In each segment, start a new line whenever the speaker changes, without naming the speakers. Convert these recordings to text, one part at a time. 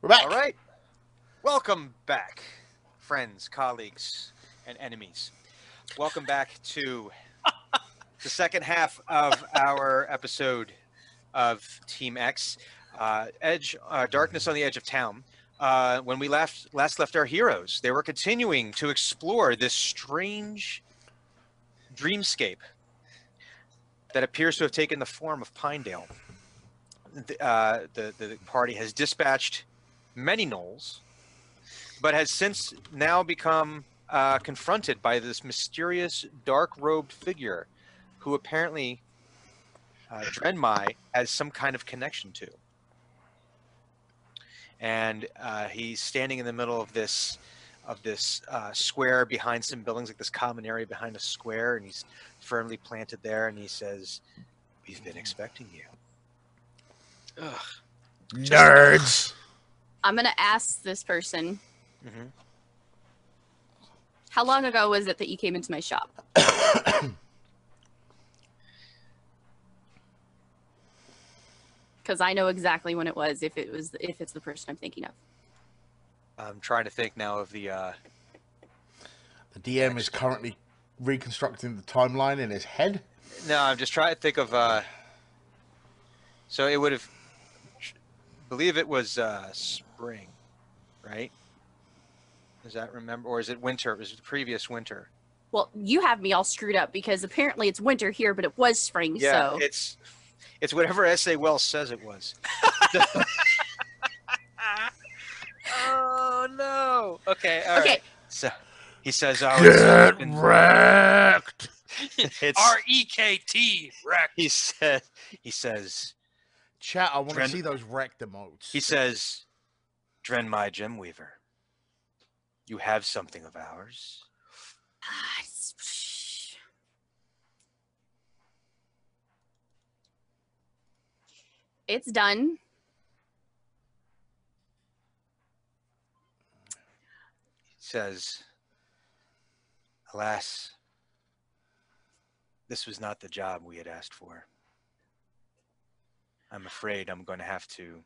We're back.
All right. Welcome back, friends, colleagues, and enemies. Welcome back to the second half of our episode of Team X, uh, Edge, uh, Darkness on the Edge of Town. Uh, when we last last left our heroes, they were continuing to explore this strange dreamscape that appears to have taken the form of Pinedale. The, uh, the, the party has dispatched many gnolls, but has since now become uh, confronted by this mysterious dark robed figure who apparently uh, Drenmai has some kind of connection to. And uh, he's standing in the middle of this of this uh, square behind some buildings, like this common area behind a square, and he's firmly planted there. And he says, "We've been expecting you." Ugh.
Nerds.
I'm gonna ask this person.
hmm
How long ago was it that you came into my shop? Because I know exactly when it was. If it was, if it's the person I'm thinking of.
I'm trying to think now of the. Uh,
The DM E is currently reconstructing the timeline in his head.
no, I'm just trying to think of. Uh, so it would have. Believe it was uh, spring, right? Does that remember, or is it winter? It was the previous winter.
Well, you have me all screwed up because apparently it's winter here, but it was spring.
Yeah,
so
it's it's whatever S.A. Wells says it was. oh no! Okay, all right.
okay.
So he says, "Oh, it's,
wrecked.
it's
R E K T wreck.
he said he says
Chat, I want to
Trent-
see those wrecked emotes.
He says, Drenmai Gemweaver, you have something of ours.
Ah, it's- It's done.
He says, Alas, this was not the job we had asked for. I'm afraid I'm going to have to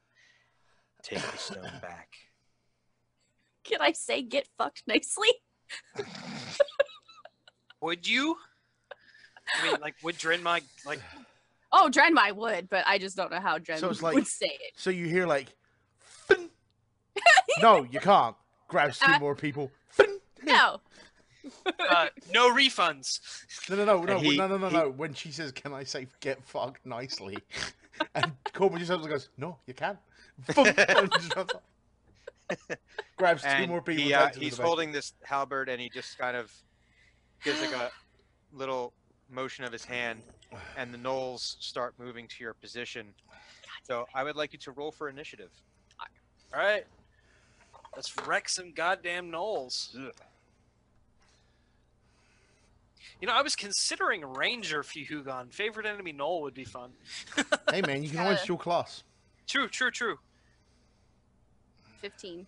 take the stone back.
Can I say get fucked nicely?
Would you? I mean, like, would Drenmai like?
Oh, Drenmai would, but I just don't know how Dren
So it's like-
would say it.
So you hear like, "Fin." no, you can't. Grabs two
Uh,
more people. "Fin."
No.
Uh, no refunds.
No, no, no, no,
he-
no, no, no,
he-
no. When she says, "Can I say get fucked nicely?" and Corbin just opens and goes, "No, you can." Boom, and just runs off. Grabs two
And
more people.
he,
takes
uh,
them to the
he's
basement.
holding this halberd and he just kind of gives like a little motion of his hand, and the knolls start moving to your position. So I would like you to roll for initiative.
All right, let's wreck some goddamn knolls. You know, I was considering Ranger Fuhugon. Favorite enemy Knoll would be fun.
Hey man, you can always
Uh,
dual class.
True, true, true.
15.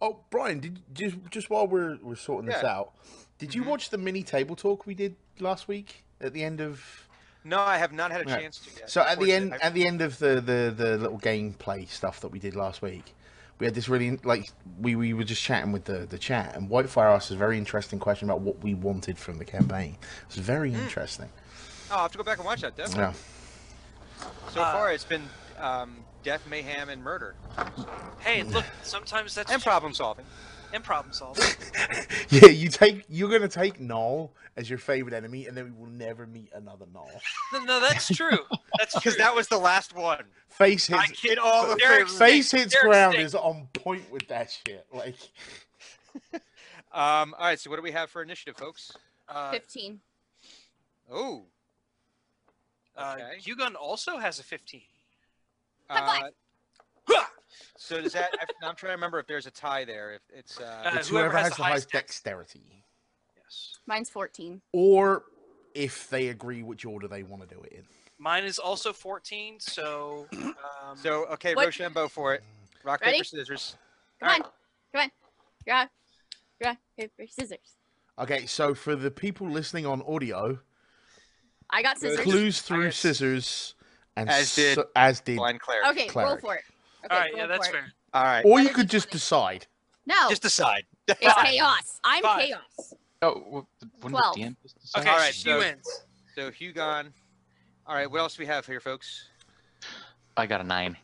Oh, Brian, did just just while we're we're sorting this
Yeah.
out, did you
Mhm.
watch the mini table talk we did last week at the end of?
No, I have not had a
Right.
chance to yet.
so at the end
unfortunately. I-
at the end of the, the the little gameplay stuff that we did last week we had this really like we, we were just chatting with the, the chat and whitefire asked us a very interesting question about what we wanted from the campaign it's very
Mm.
interesting
oh, I'll have to go back and watch that. Definitely.
yeah
So
Uh,
far, it's been um, death, mayhem, and murder,
Hey, look, sometimes that's
and problem solving.
and problem solving.
yeah you take you're gonna take Noel as your favorite enemy and then we will never meet another Noel.
No, no, that's true. That's true.
Because that was the last one.
face
I
hits
kid
all-
Derek
face
Stick,
hits
Derek
ground
Stick.
is on point with that shit like
Um, all right. So what do we have for initiative, folks?
Uh,
15.
Oh.
uh,
Okay.
Hugon also has a 15.
High
Uh,
five.
so does that? I- I'm trying to remember if there's a tie there. If it's uh,
Uh,
it's
whoever
whoever,
has
has,
the
the highest
highest dex-
dexterity
Yes.
Mine's 14.
or if they agree which order they want to do it in
Mine is also 14, so. Um,
so okay,
What-
Rochambeau for it. Rock
Ready?
paper scissors.
Come
Alright.
on. Come on. Rock, rock, paper, scissors.
Okay, so for the people listening on audio,
I got
Good.
scissors.
clues
I
through
guess-
scissors, and
As did
so- as did
Blind Claire.
Okay, roll
Cleric.
for it. Okay,
all right, yeah,
roll
that's
for it. Oh.
fair.
All right.
Or
That
you
is
could just
funny.
decide.
No,
Just decide.
it's
Five.
chaos. I'm
Five.
chaos.
Oh, well, wouldn't
Twelve.
the DM just decide?
Okay,
All right,
she
so-
wins.
So Hugon. All right. What else do we have here, folks?
I got a nine.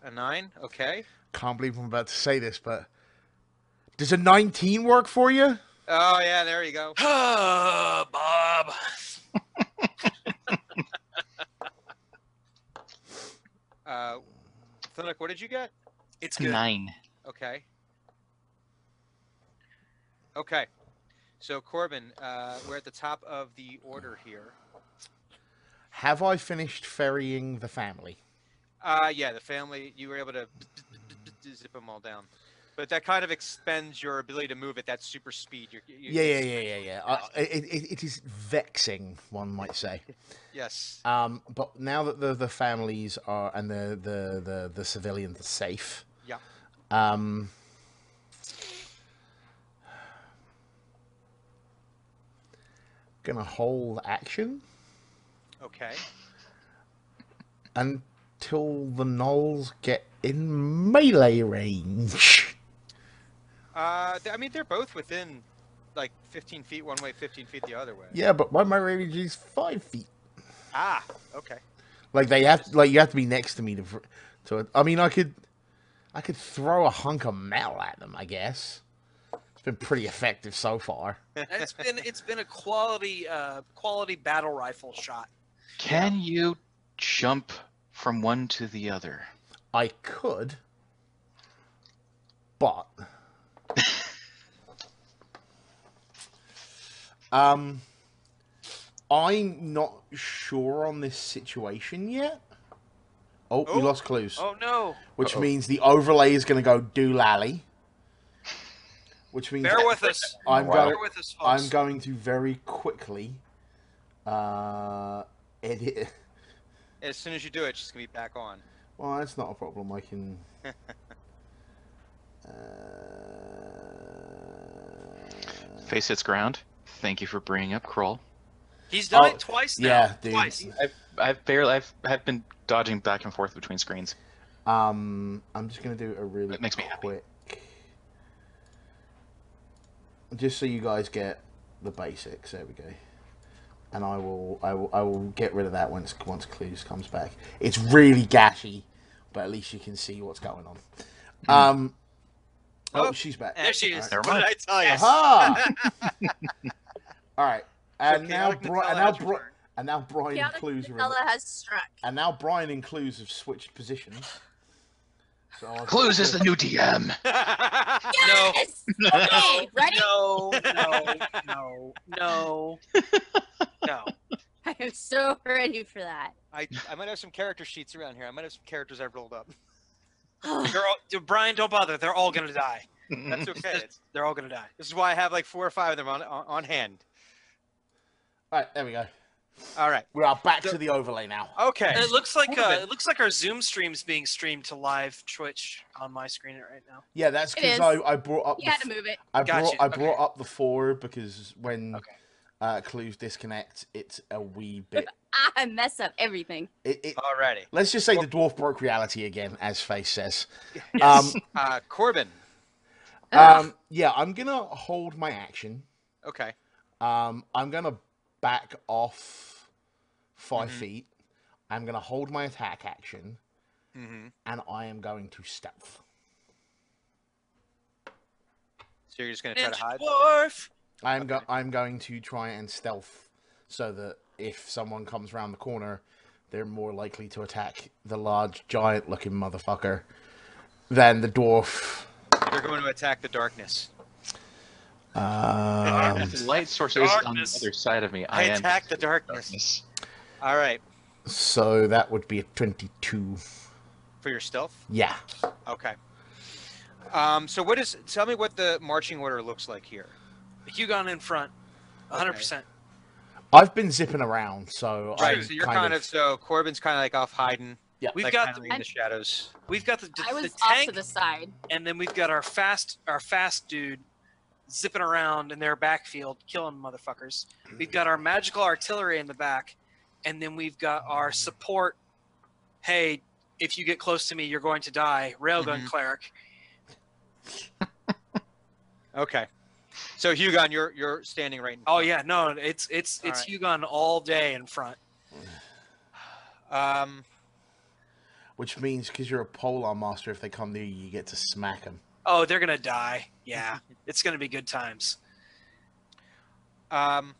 A nine. Okay.
Can't believe I'm about to say this, but does a 19 work for you?
Oh yeah, there you go.
Bob.
Uh, Thunuk, what did you get?
It's
A
good.
Nine.
Okay. Okay. So Corbin, uh, we're at the top of the order here.
Have I finished ferrying the family?
Uh, yeah, the family. You were able to zip them all down, but that kind of expends your ability to move at that super speed. You're, you
Yeah, yeah, yeah, yeah, yeah. Uh, I, I- it, it, it is vexing, one might say.
Yes.
Um, but now that the, the families are and the the, the, the civilians are safe,
Yeah.
Um, gonna hold action
Okay.
until the gnolls get in melee range.
Uh, th- I mean, they're both within like 15 feet one way, 15 feet the other way.
Yeah, but my melee range is five feet.
Ah. Okay.
Like they have, like you have to be next to me to. fr- To, I mean, I could, I could throw a hunk of metal at them. I guess it's been pretty effective so far.
it's been it's been a quality uh quality battle rifle shot.
Can you jump from one to the other?
I could, but um, I'm not sure on this situation yet. Oh,
Oh,
we lost clues,
Oh no.
which
uh-oh.
means the overlay is going to go doolally. Which means
Bear with us.
I'm
Wow.
going.
Bear with us, folks.
I'm going to very quickly uh, edit.
As soon as you do it, she's gonna be back on.
Well, that's not a problem. I can. uh...
Face its ground. Thank you for bringing up Kroll.
He's done
Oh,
it twice now.
Yeah, dude.
Twice.
I've, I've barely, I've, I've been dodging back and forth between screens.
Um, I'm just gonna do a really
That makes me happy.
quick. Just so you guys get the basics. There we go. And I will, I will, I will get rid of that once once clues comes back. It's really gashy, but at least you can see what's going on.
Hmm.
Um. Oh,
Oh,
she's back.
There she is.
Never
What did
mind.
I tell you?
Uh-huh. Aha! All right, and
So
now
Chaotic
Bri- and
Nutella
now
has
Bri-
returned.
and now Brian and
Chaotic
Clues are in
Nutella
the-
has struck.
and now Brian and Clues have switched positions. So I'll-
Clues is the new DM.
No.
Yes! Okay, ready?
No, no, no, no, no.
I am so ready for that.
I, I might have some character sheets around here. I might have some characters I've rolled up.
They're all, dude, Brian, don't bother. They're all gonna die.
Um,
That's
Mm.
okay. It's-
They're all gonna die.
this is why I have like four or five of them on, on, on hand.
All right, there we go.
All right.
We are back
The-
to the overlay now.
Okay.
It looks like
Corbin.
uh, it looks like our Zoom stream's being streamed to live Twitch on my screen right now.
Yeah, that's
It
because
is.
I, I brought up
You
the,
had
f-
to move it.
I brought
Gotcha,
I
okay.
brought up the four because when
Okay.
uh, Clues disconnect, it's a wee bit.
Ah, I mess up everything.
It, it,
Alrighty.
let's just say the dwarf broke reality again, as Face says.
Yes.
Um,
Uh, Corbin.
Ugh.
um, yeah, I'm gonna hold my action.
Okay.
Um, I'm gonna back off 5
Mhm.
feet. I'm gonna hold my attack action,
Mm-hmm.
and I am going to stealth.
So you're just gonna try to
Ninja
hide.
Dwarf.
I'm go- I'm going to try and stealth, so that if someone comes around the corner, they're more likely to attack the large giant-looking motherfucker than the dwarf.
They're going to attack the darkness.
Um,
the light source is on the
Darkness.
other side of me.
I
I, am
attack the darkness.
darkness.
All right.
so that would be a twenty-two.
For your stealth.
Yeah.
Okay. Um, so what is? Tell me what the marching order looks like here.
Hugon in front, 100. percent
I've been zipping around, so
Right.
I
so you're kind, of, so Corbin's kind of like off hiding.
We've
like,
got
kinda
the,
in the shadows.
we've got the,
I was
the
off to
tank,
the side.
and then we've got our fast our fast dude zipping around in their backfield, killing motherfuckers. We've got our magical artillery in the back, and then we've got our support. Hey, if you get close to me, you're going to die. Railgun
Mhm.
cleric,
Okay. So Hugon, you're you're standing right. In
Oh yeah, no, it's it's
All
it's Hugon all day in front.
yeah. Um.
Which means because you're a polearm master, if they come near you, you get to smack them.
Oh, they're gonna die. Yeah, it's gonna be good times.
Um.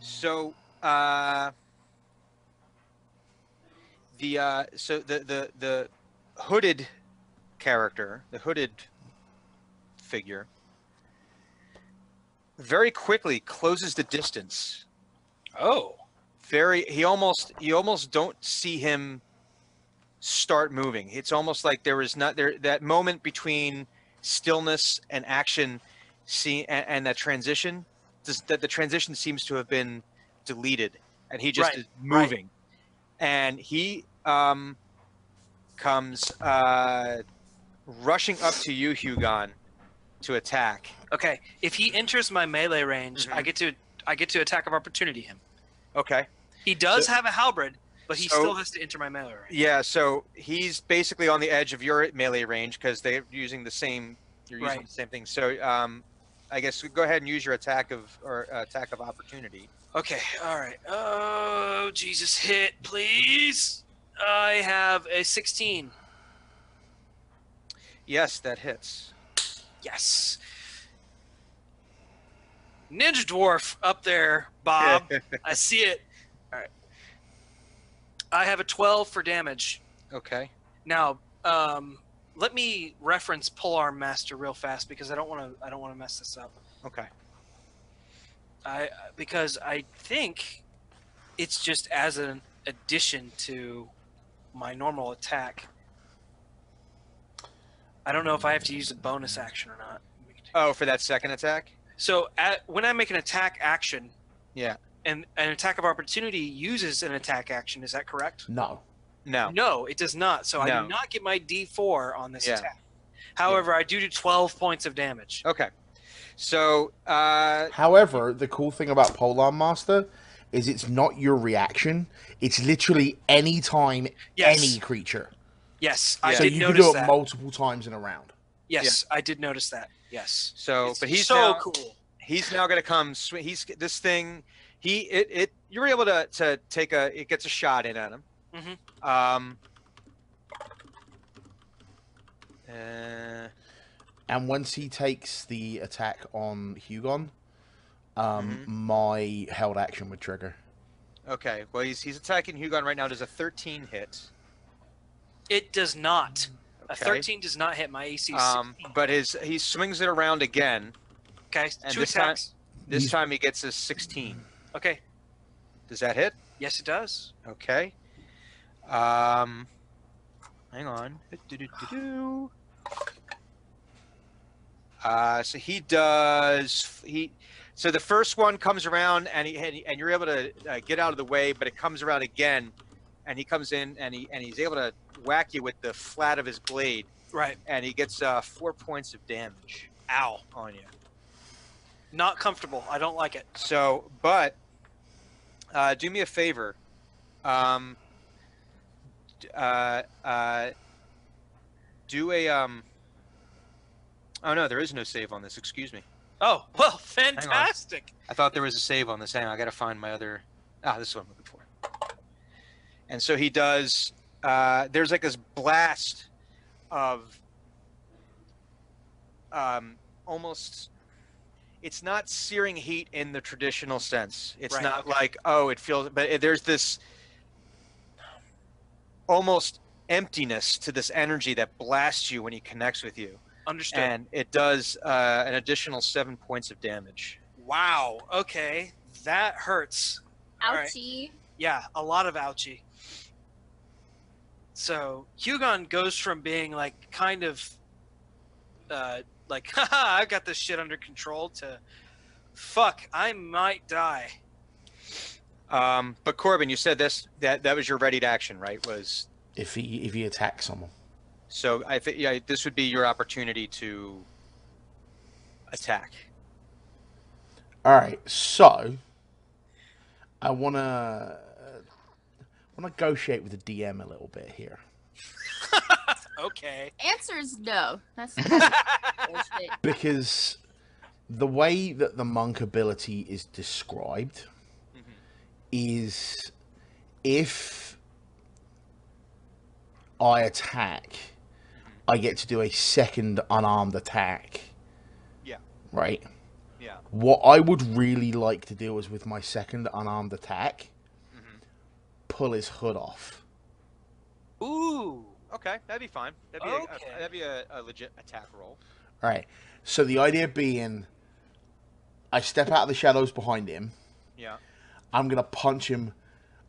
So, uh, the uh, so the the the hooded character, the hooded figure, very quickly closes the distance.
Oh,
Very, he almost you almost don't see him start moving. It's almost like there is not there that moment between stillness and action see and, and that transition does that the transition seems to have been deleted and he just
Right,
is
right.
moving and he um comes uh rushing up to you hugon to attack
okay. If he enters my melee range,
Mhm.
I get to I get to attack of opportunity him.
okay
He does
So-
have a halberd, but he
so-
still has to enter my melee range.
yeah so he's basically on the edge of your melee range because they're using the same you're using
Right.
the same thing so um i guess go ahead and use your attack of or uh, attack of opportunity
Okay, all right. Oh, Jesus, hit, please. I have a 16.
yes that hits
Yes. Ninja dwarf up there, Bob. I see it. All right. I have a 12 for damage.
Okay.
Now, um, let me reference polearm master real fast because I don't want to. I don't want to mess this up.
Okay.
I because I think it's just as an addition to my normal attack. I don't know if I have to use a bonus action or not.
Oh, for that second attack?
So at, when I make an attack action,
Yeah.
and an attack of opportunity uses an attack action. Is that correct?
No.
No.
No, it does not. So I
No.
do not get my D4 on this
Yeah. Oh,
attack. However, I do do 12 points of damage.
Okay. So, uh,
However, the cool thing about polearm master is it's not your reaction; it's literally any time
Yes.
any creature.
Yes, I
Yeah.
So
did
you can
notice
do it
that.
multiple times in a round.
yes, I did notice that. Yes.
so,
It's
but he's
so
now,
cool.
he's now going to come. Sw- he's this thing. He it it you're able to to take a it gets a shot in at him. Mm-hmm. Um. Uh,
And once he takes the attack on Hugon, um,
Mm-hmm.
my held action would trigger.
okay. Well, he's he's attacking Hugon right now. Does a 13 hit?
It does not. A
Okay.
13 does not hit my AC.
Um, but his he swings it around again.
okay,
and
two
this time-
attacks.
This
He's-
time he gets a 16.
Okay,
Does that hit?
yes, it does.
Okay. Um, hang on. Do-do-do-do. Uh, so he does. He so the first one comes around and he and, he- and you're able to uh, get out of the way, but it comes around again, and he comes in and he and he's able to whack you with the flat of his blade,
Right.
and he gets uh, four points of damage. Ow on you.
Not comfortable. I don't like it.
So, but uh, do me a favor. Um, d- uh, uh, do a um. Oh no, there is no save on this. Excuse me.
Oh, well, fantastic.
I thought there was a save on this. Hang on, I gotta find my other. Ah, this is what I'm looking for. And so he does. Uh, there's like this blast of um, almost. It's not searing heat in the traditional sense. It's
Right,
not
okay.
like oh, it feels. But it, there's this almost emptiness to this energy that blasts you when he connects with you,
Understood.
and it does uh, an additional seven points of damage.
wow. Okay, that hurts. All right.
Ouchie.
Yeah, a lot of ouchie. So Hugon goes from being like kind of uh like haha I got this shit under control to fuck I might die.
Um, but Corbin, you said this that that was your ready to action, right? Was
If he if he attacks someone,
so I think yeah, this would be your opportunity to attack.
all right. So I wanna wanna negotiate with the DM a little bit here.
okay.
Answer is no. That's bullshit.
because the way that the monk ability is described
Mhm.
is if I attack, I get to do a second unarmed attack.
Yeah.
Right?
Yeah.
What I would really like to do is with my second unarmed attack,
Mhm.
pull his hood off.
Ooh.
Okay, that'd be fine. That'd be
Okay.
a, that'd be a, a legit attack roll.
Right. So the idea being, I step out of the shadows behind him.
Yeah.
I'm gonna punch him.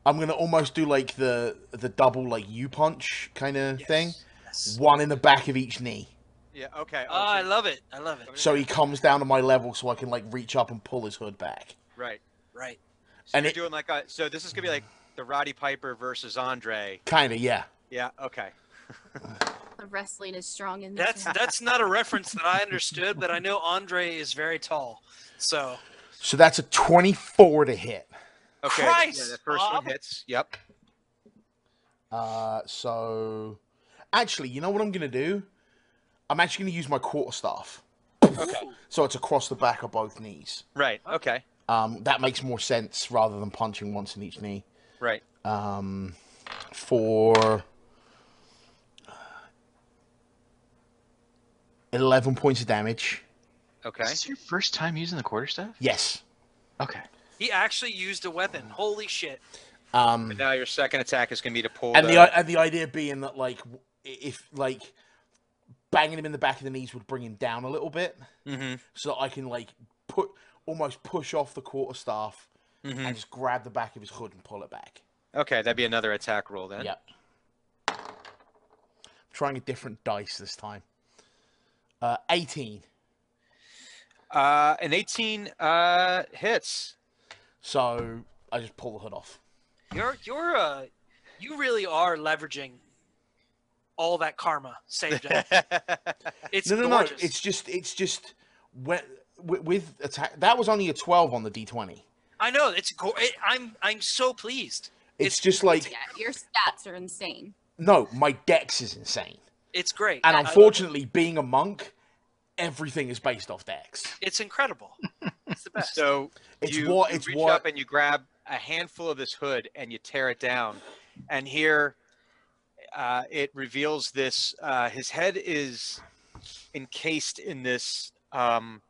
I'm gonna almost do like the the double like you punch kind of
yes,
thing.
yes.
One in the back of each knee,
Yeah. Okay.
Oh, I
so-
love it. I love it.
so he comes down to my level, so I can like reach up and pull his hood back.
right.
Right.
So
And
you're
it-
doing like a, so this is gonna be like the Roddy Piper versus Andre.
Kind of, yeah.
Yeah. Okay.
The wrestling is strong in this.
That's that's not a reference that I understood, but I know Andre is very tall. So
So that's a 24 to hit.
Okay.
Christ,
yeah, the first
Bob.
one hits. Yep.
Uh, so actually, you know what I'm gonna do? I'm actually gonna use my quarter staff. So it's across the back of both knees.
Right. Okay.
Um, that makes more sense rather than punching once in each knee.
Right.
um, for 11 points of damage.
Okay.
Is this your first time using the quarterstaff?
Yes.
Okay.
he actually used a weapon. Holy shit.
Um,
Now your second attack is gonna be to pull.
and
the,
the i- and the idea being that like w- if like banging him in the back of the knees would bring him down a little bit,
Mm-hmm.
so that I can like put almost push off the quarter staff
Mm-hmm.
and just grab the back of his hood and pull it back.
Okay, that'd be another attack roll then.
Yep. trying a different dice this time. Uh, 18.
Uh, an 18 uh hits.
So I just pull the hood off.
You're you're uh you really are leveraging all that karma saved up. It's
no, no,
gorgeous.
no. It's just, it's just when, with, with attack. That was only a twelve on the D twenty.
I know it's go- it, I'm I'm so pleased.
It's,
It's-
just like
yeah, your stats are insane.
no, my dex is insane,
It's great.
and
I love it.
unfortunately, being a monk, everything is based off dex.
it's incredible. It's the best.
So
It's
you,
what,
you
it's
reach
what.
up and you grab a handful of this hood and you tear it down, and here uh, it reveals this. Uh, his head is encased in this um,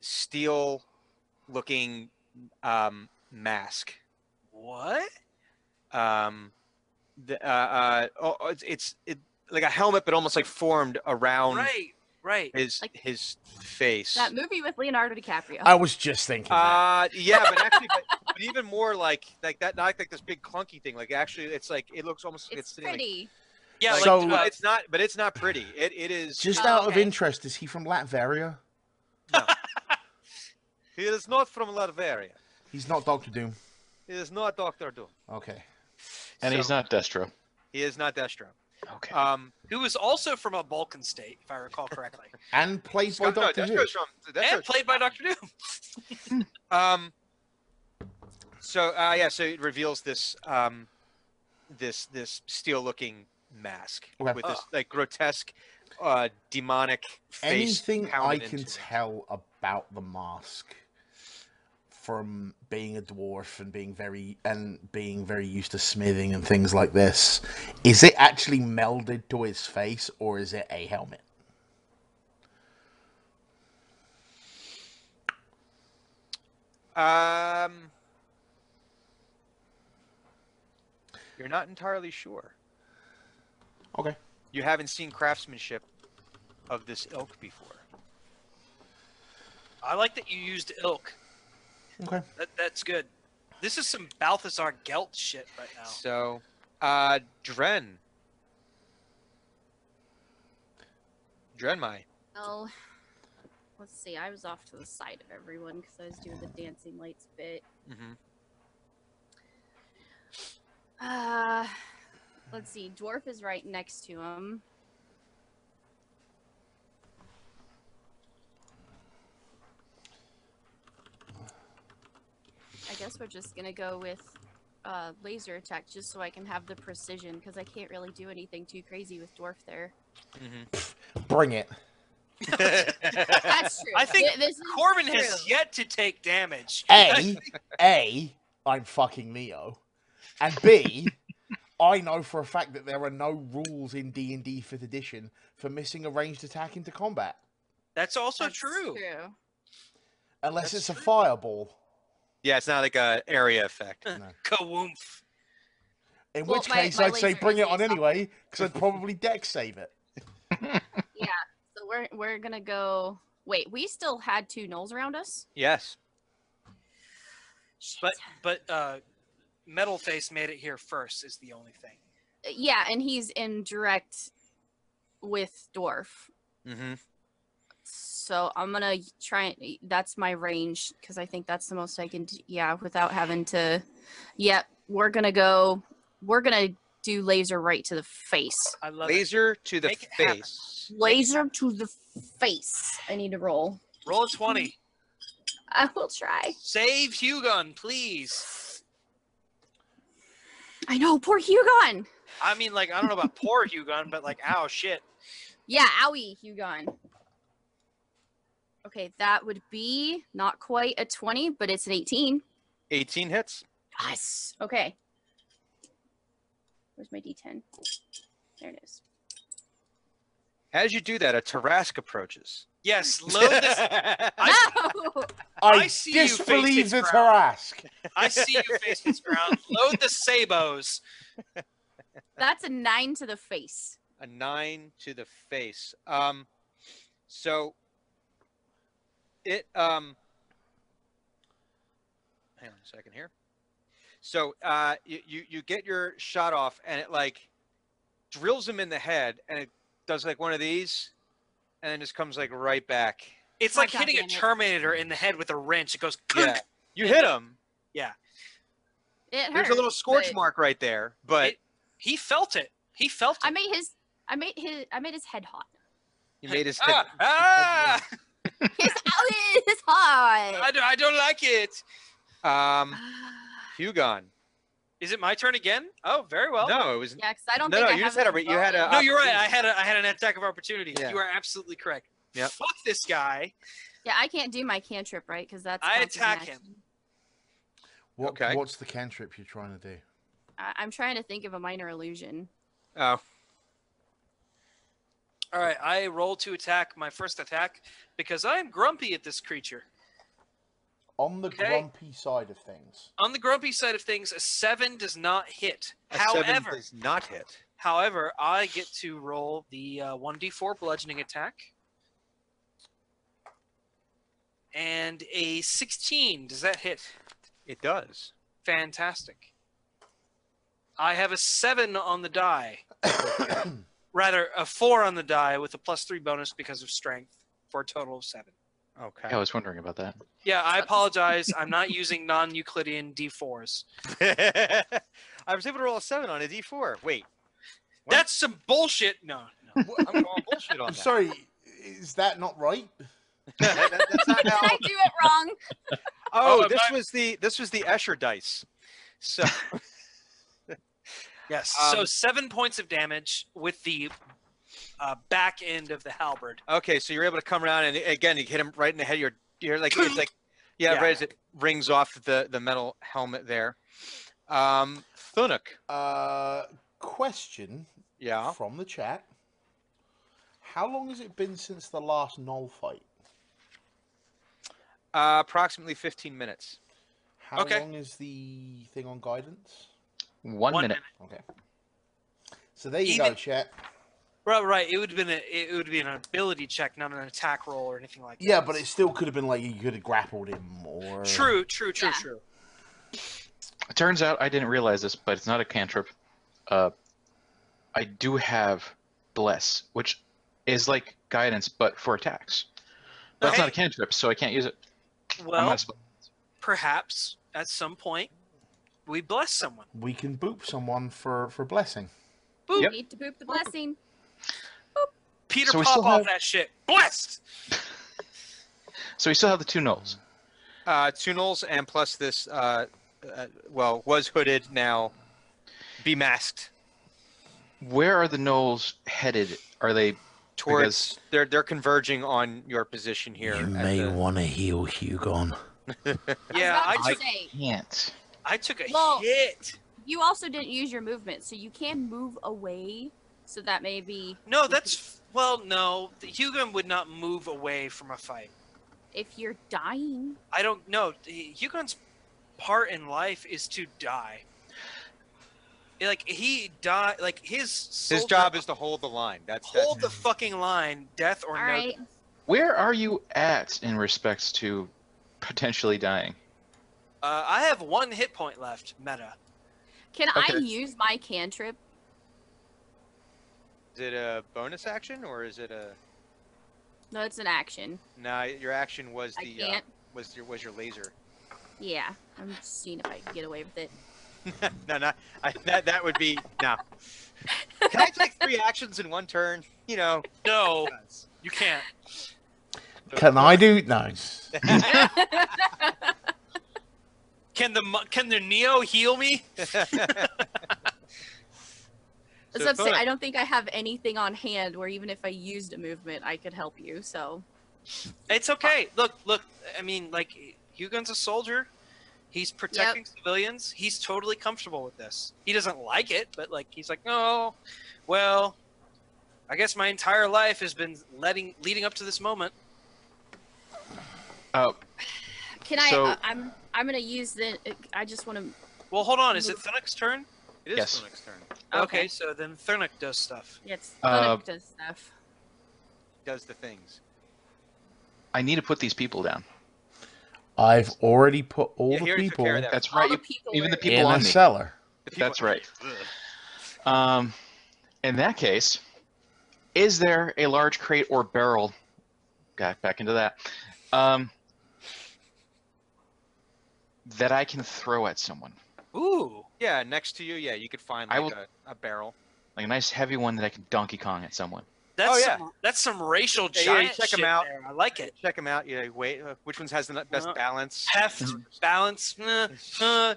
steel-looking um, mask.
what?
Um, the, uh, uh, oh, oh, it's it's it, like a helmet, but almost like formed around
Right, right.
his
Like-
his face.
That movie with Leonardo DiCaprio.
I was just thinking. that.
Uh, yeah, but actually, but, but even more like like that, not like this big clunky thing. Like actually, it's like it looks almost like
it's
it's, sitting, like-
pretty.
Yeah,
like,
So-
like,
but
uh,
it's not, but it's not pretty. It it is.
Just
Oh,
out of
okay.
interest, is he from Latveria?
He is not from Latveria.
He's not Doctor Doom.
He is not Doctor Doom.
Okay.
And he's
So,
not Destro.
He is not Destro.
Okay.
Um,
who was also from a Balkan state, if I recall correctly,
And played by
Scott- no,
Doctor Who.
Destro's from.
and
Destro's
played by Doctor Doom.
Um. So uh, yeah, so it reveals this um, this this steel-looking mask
Okay.
with this like grotesque, uh, demonic face.
Anything I
pounded
can
into it.
tell about the mask from being a dwarf and being very and being very used to smithing and things like this, is it actually melded to his face or is it a helmet?
Um, you're not entirely sure.
Okay.
You haven't seen craftsmanship of this ilk before.
I like that you used ilk.
Okay.
That, that's good. This is some Balthazar Gelt shit right now.
So, uh, Dren. Drenmai.
Well, let's see. I was off to the side of everyone because I was doing the dancing lights bit.
Mm-hmm.
Uh, let's see. Dwarf is right next to him. I guess we're just gonna go with uh, laser attack just so I can have the precision because I can't really do anything too crazy with dwarf there.
Bring it.
Mm-hmm.
That's true.
I think
Th- this is
Corbin
true.
has yet to take damage.
A, A, I'm fucking Neo, and B, I know for a fact that there are no rules in D and D Fifth Edition for missing a ranged attack into combat
That's also
That's
true.
unless it's
That's
a fireball.
yeah, it's not like a area effect.
Kawoomph.
In
Well,
which
my-
case,
my
I'd say
laser
bring
is
it on
based off-
anyway because I'd probably deck save it.
So we're we're gonna go. Wait, we still had two gnolls around us.
Yes.
Shit.
But but uh, Metal Face made it here first is the only thing.
Uh, yeah, and he's in direct with dwarf.
Mm-hmm.
So I'm gonna try. and- That's my range because I think that's the most I can. d- Yeah, without having to. Yep, we're gonna go. We're gonna do laser right to the face.
I love it.
Laser to the
Make it happen.
face.
Laser to the face. I need to roll.
Roll a twenty.
I will try.
Save Hugon, please.
I know, poor Hugon.
I mean, like I don't know about poor Hugon, but like, ow, shit.
Yeah, owie, Hugon. Okay, that would be not quite a 20, but it's an 18.
18 hits.
Yes. Okay. Where's my D10? There it is.
As you do that, a Tarask approaches.
Yes, load this. I,
no!
I,
I see you face
disbelieve
its
the
ground.
Tarask.
I see you face this ground. Load the sabos.
That's a 9 to the face.
a nine to the face. Um, so it um, hang on a second here. So uh, you, you you get your shot off, and it like drills him in the head, and it does like one of these, and then just comes like right back.
It's
Oh,
like
God
hitting a
damn it.
Terminator in the head with a wrench. It goes.
Yeah, you hit him.
It hurts.
There's a little scorch
but-
mark right there, but
It- He felt it. He felt
I
it.
made his I made his I made his head hot.
you made his head.
Ah, ah,
His owie is hot.
I, don't, I don't like it.
Um, Hugon.
Is it my turn again? Oh, very well.
no, it was
Yeah, because I don't
no,
think
no.
I
You
have
just had a
it
re- you had a.
involved.
No, you're right. I had a, I had an attack of opportunity.
Yeah.
You are absolutely correct.
Yep.
Fuck this guy.
Yeah, I can't do my cantrip, right? Because that's
I
counts as an
attack him.
action.
What,
Okay.
What's the cantrip you're trying to do?
I- I'm trying to think of a minor illusion.
Oh,
All right, I roll to attack my first attack because I am grumpy at this creature.
On the
Okay.
grumpy side of things,
On the grumpy side of things, a seven does not hit.
a seven
however,
does not hit.
however, I get to roll the uh, 1d4 bludgeoning attack. And a 16. Does that hit?
It does.
Fantastic. I have a seven on the die. Rather, a four on the die with a plus three bonus because of strength for a total of seven.
Okay.
Yeah, I was wondering about that.
Yeah, I apologize. I'm not using non Euclidean d4s.
I was able to roll a seven on a D4. Wait, What?
That's some bullshit. No, no.
wh- I'm calling bullshit on
I'm
that.
sorry, is that not right?
That- that- that's not
Did
how-
I do it wrong?
Oh,
Oh,
this
my-
was the this was the Escher dice. So
Yes. so
Um,
seven points of damage with the uh, back end of the halberd.
okay, so you're able to come around and again you hit him right in the head. You're you're like it's like yeah,
Yeah.
right as it rings off the the metal helmet there. Um, Thunuk.
Uh, question
Yeah.
from the chat. How long has it been since the last Null fight?
Uh, approximately 15 minutes.
How
Okay.
long is the thing on guidance?
One,
One
minute.
Okay. So there you go,
Even-
chat.
Right, right. It would have been a, it would be an ability check, not an attack roll or anything like that.
Yeah, but it still could have been like you could have grappled him or.
true, true, true,
Yeah.
true.
It turns out I didn't realize this, but it's not a cantrip. Uh, I do have bless, which is like guidance, but for attacks. But it's
Okay.
not a cantrip, so I can't use it. I'm
Well,
not sp-
perhaps at some point we bless someone.
We can boop someone for for blessing.
Boop.
Yep.
Need to boop the blessing.
Peter
So we
pop
still
off
have-
that shit. Blessed.
so we still have the two nulls.
Uh, two nulls and plus this uh, uh, well, was hooded now, demasked
Where are the gnolls headed? Are they
towards. They're they're converging on your position here.
You
at
may
the-
want to heal Hugon.
Yeah,
I was
I
about
took
to say,
can't?
I took a
Well-
hit.
you also didn't use your movement, so you can move away. So that may be
No, that's well, no. The Hugon would not move away from a fight.
if you're dying.
I don't know. The Hugon's part in life is to die. Like he die. Like his
His
soldier-
job is to hold the line. That's that's
hold the fucking line, death or
All
no.
right.
Where are you at in respects to potentially dying?
Uh, I have one hit point left. Meta.
Can I
Okay.
use my cantrip?
Is it a bonus action or is it a?
No, it's an action.
Nah, your action was
I
the uh,
can't.
was your was your laser.
Yeah. I'm just seeing if I can get away with it.
No, not I, that. That would be no. Can I take three actions in one turn? You know.
No, you can't.
Can I do? No.
Can the mu- can the Neo heal me?
That's what I'm saying. I don't think I have anything on hand where even if I used a movement, I could help you. So
It's okay. Look, look. I mean, like Hugon's a soldier. He's protecting civilians. He's totally comfortable with this. He doesn't like it, but like he's like, no. Well, I guess my entire life has been letting leading up to this moment.
Uh,
can I?
So-
uh, I'm I'm gonna use the. uh, I just want to.
Well, hold on. Is it Thunuk's turn?
It is
Yes.
yes. next turn.
Okay.
Okay.
so then Thunuk does stuff.
It's
Uh,
Thunuk does stuff.
Does the things.
I need to put these people down.
I've already put all
Yeah, he
the
already took
people
care of that.
That's
All
right.
the
you-
people.
even the
were-
people
in
on
a
me.
cellar.
The people-
That's right.
Ugh.
Um, in that case, is there a large crate or barrel? Got back into that. Um, that I can throw at someone,
Ooh.
Yeah, next to you. Yeah, you could find
I
like a, a barrel.
like a nice heavy one that I can Donkey Kong at someone.
That's
Oh, yeah.
some, that's some racial
Yeah, yeah,
giant
check 'em
shit
out.
there. I like it.
Check them out. Yeah, wait. uh, Which ones has the n- best
Uh,
balance?
Heft, balance, uh, uh,
Mm-hmm. Has the-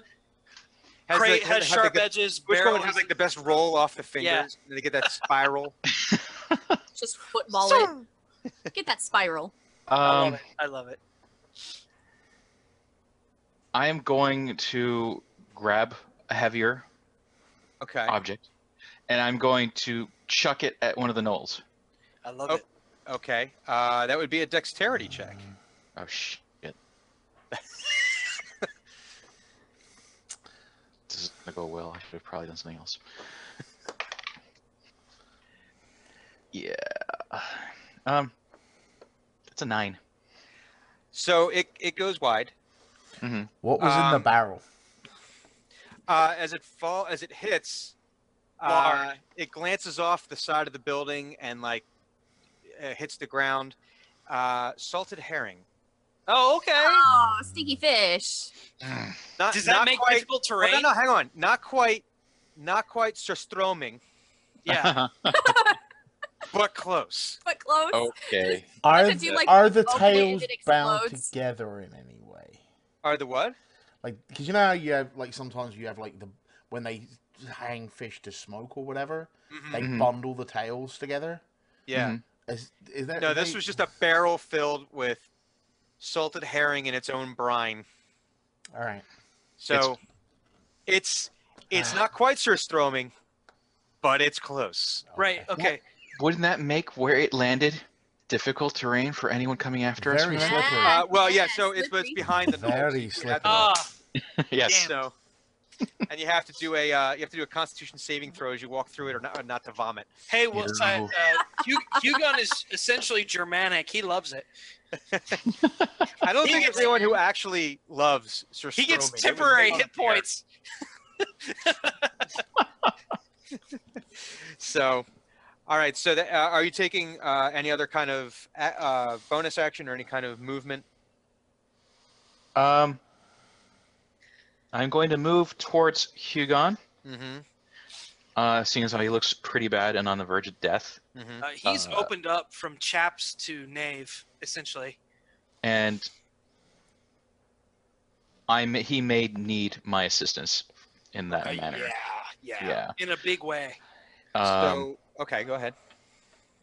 crate has
have the
sharp
good-
edges.
Which
barrel
one has like the best roll off the fingers?
Yeah.
And they get that spiral.
Just football it. Get that spiral.
I
Um,
love it. I love it.
I am going to grab a heavier
Okay.
object, and I'm going to chuck it at one of the knolls.
I love
Oh.
it.
Okay. Uh, that would be a dexterity check.
Oh shit! this is gonna go well. I should have probably done something else. Yeah. Um. It's a nine.
So it it goes wide.
What was in the
Um,
barrel?
Uh, as it fall as it hits, uh,
Bar.
it glances off the side of the building and like uh, hits the ground. Uh, salted herring.
Oh, okay.
Oh, stinky fish.
Not,
Does that
not
make
quite,
visible terrain?
well, No, no, hang on. Not quite. Not quite surstroming,
Yeah.
but close.
But close.
Oh, okay.
Are,
could do, like,
are the
open it and
tails
it
bound
explodes.
together in any way?
Are the what?
Like, because you know how you have, like, sometimes you have, like, the when they hang fish to smoke or whatever,
Mm-hmm.
they
Mhm.
bundle the tails together.
Yeah.
Mhm.
Is, is that
No, this
they-
was just a barrel filled with salted herring in its own brine.
All right.
So it's it's, not quite surstroming, but it's close.
Right. Okay.
Wouldn't that make where it landed difficult terrain for anyone coming after
Very
us?
slippery.
Yeah.
Uh, well, yeah. So it's,
yes,
it's
slippery.
behind the knolls.
Very
You have to-
slippery.
Ah,
yes.
So, and you have to do a uh, you have to do a Constitution saving throw as you walk through it, or not, or not to vomit.
hey, well,
Ew.
uh, uh, Hugh, Hugon is essentially Germanic. He loves it.
I don't
He
think
gets-
it's anyone who actually loves surstroming.
He gets
It was
temporary
made
hit
up here.
points.
So, all right. So, that, uh, are you taking uh, any other kind of a- uh, bonus action or any kind of movement?
Um. I'm going to move towards Hugon,
Mm-hmm.
uh, seeing as how he looks pretty bad and on the verge of death.
Mm-hmm.
Uh, he's
Uh,
opened up from chaps to knave, essentially.
and I may, he may need my assistance in that
Uh,
manner.
yeah, yeah,
Yeah.
in a big way.
Um,
so okay, go ahead.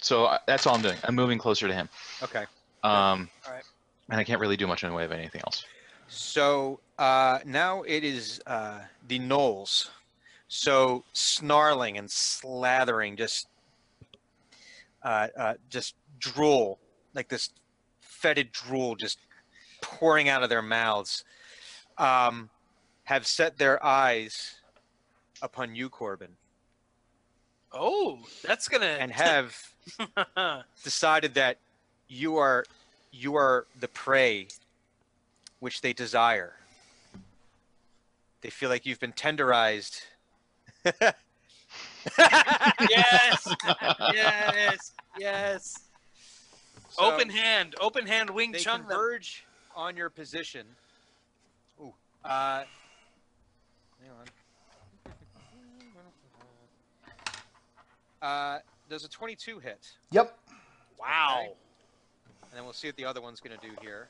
so I, that's all I'm doing. I'm moving closer to him.
Okay.
Um,
Alright.
And I can't really do much in the way of anything else.
So uh, now it is uh, the gnolls. So snarling and slathering, just uh, uh, just drool, like this fetid drool just pouring out of their mouths, um, have set their eyes upon you, Corbin,
Oh, that's gonna
and have decided that you are you are the prey which they desire. They feel like you've been tenderized.
yes, yes, yes.
So
open hand, open hand, Wing
They
Chun them.
converge on your position. Ooh. Uh, hang on. Uh, does a 22 hit?
Yep.
Wow.
Okay. And then we'll see what the other one's going to do here.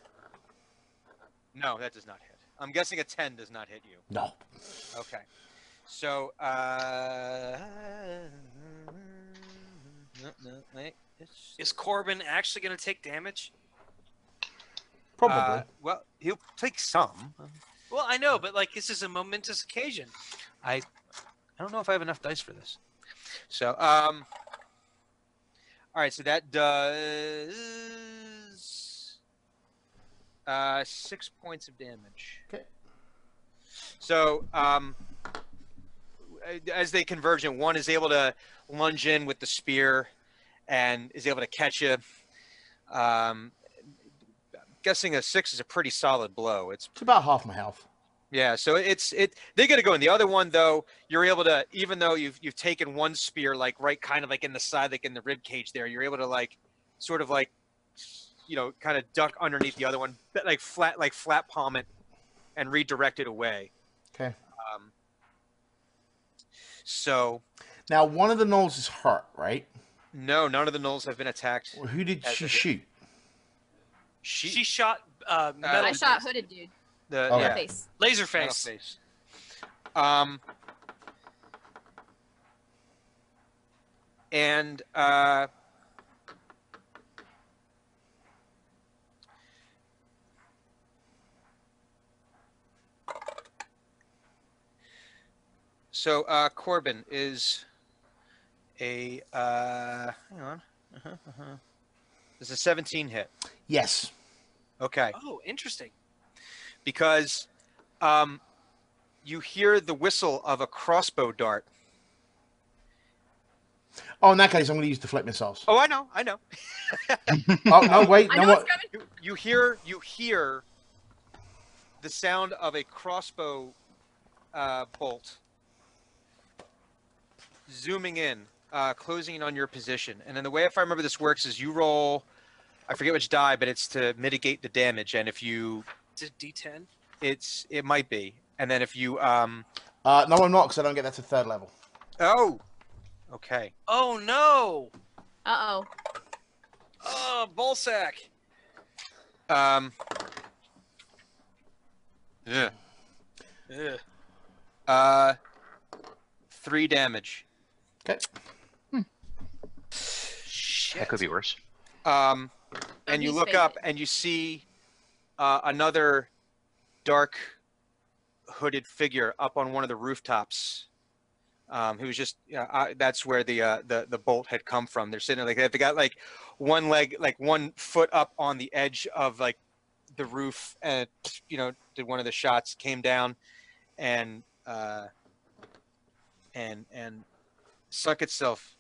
No, that does not hit. I'm guessing a 10 does not hit you.
No.
Okay. So, uh. No, no, wait. It's-
Is Corbin actually gonna take damage?
Probably.
Uh, well, he'll take some.
Well, I know, but like this is a momentous occasion.
I don't know if I have enough dice for this. So, um. All right, so that does. Uh, six points of damage.
Okay.
So, um. As they converge, and one is able to lunge in with the spear and is able to catch you. Um, guessing a six is a pretty solid blow. It's
it's about half my health.
yeah, so it's it. They got to go in the other one though. You're able to, even though you've you've taken one spear, like right, kind of like in the side, like in the rib cage there. You're able to like, sort of like, you know, kind of duck underneath the other one, but, like flat, like flat palm it, and redirect it away.
Okay.
Um, so
Now one of the gnolls is hurt, right?
no, none of the gnolls have been attacked.
Who did
As
she
it-
shoot?
She,
She,
shot uh, metal
I shot hooded dude.
the
Okay.
yeah,
Face.
laser
metal
face.
face. Um, and uh. So uh, Corbin is a uh, hang on. Uh-huh, uh-huh. It's a 17 hit.
Yes.
Okay
Oh, interesting.
because um, you hear the whistle of a crossbow dart.
Oh, in that case, I'm going to use deflect missiles. Oh,
Oh, I know, I know.
oh wait,
I
no
know
what?
it's coming.
You, you hear, you hear the sound of a crossbow uh, bolt zooming in, uh, closing in on your position. And then the way, if I remember, this works is you roll. I forget which die, but it's to mitigate the damage. And if you,
Did D10?
it's it might be. And then if you, um,
Uh, no, I'm not because I don't get that to third level.
oh, okay.
Oh no!
Uh oh.
Oh, ballsack.
Um, yeah.
Ugh.
Uh, three damage.
Okay.
Shit.
That could be worse.
Um,
Oh,
and you
he's
look up
faking.
and you see uh, another dark hooded figure up on one of the rooftops. Um, who's just yeah, uh, that's where the uh, the the bolt had come from. They're sitting there like that. They got like one leg, like one foot up on the edge of like the roof, and you know, did one of the shots came down, and uh, and and sunk itself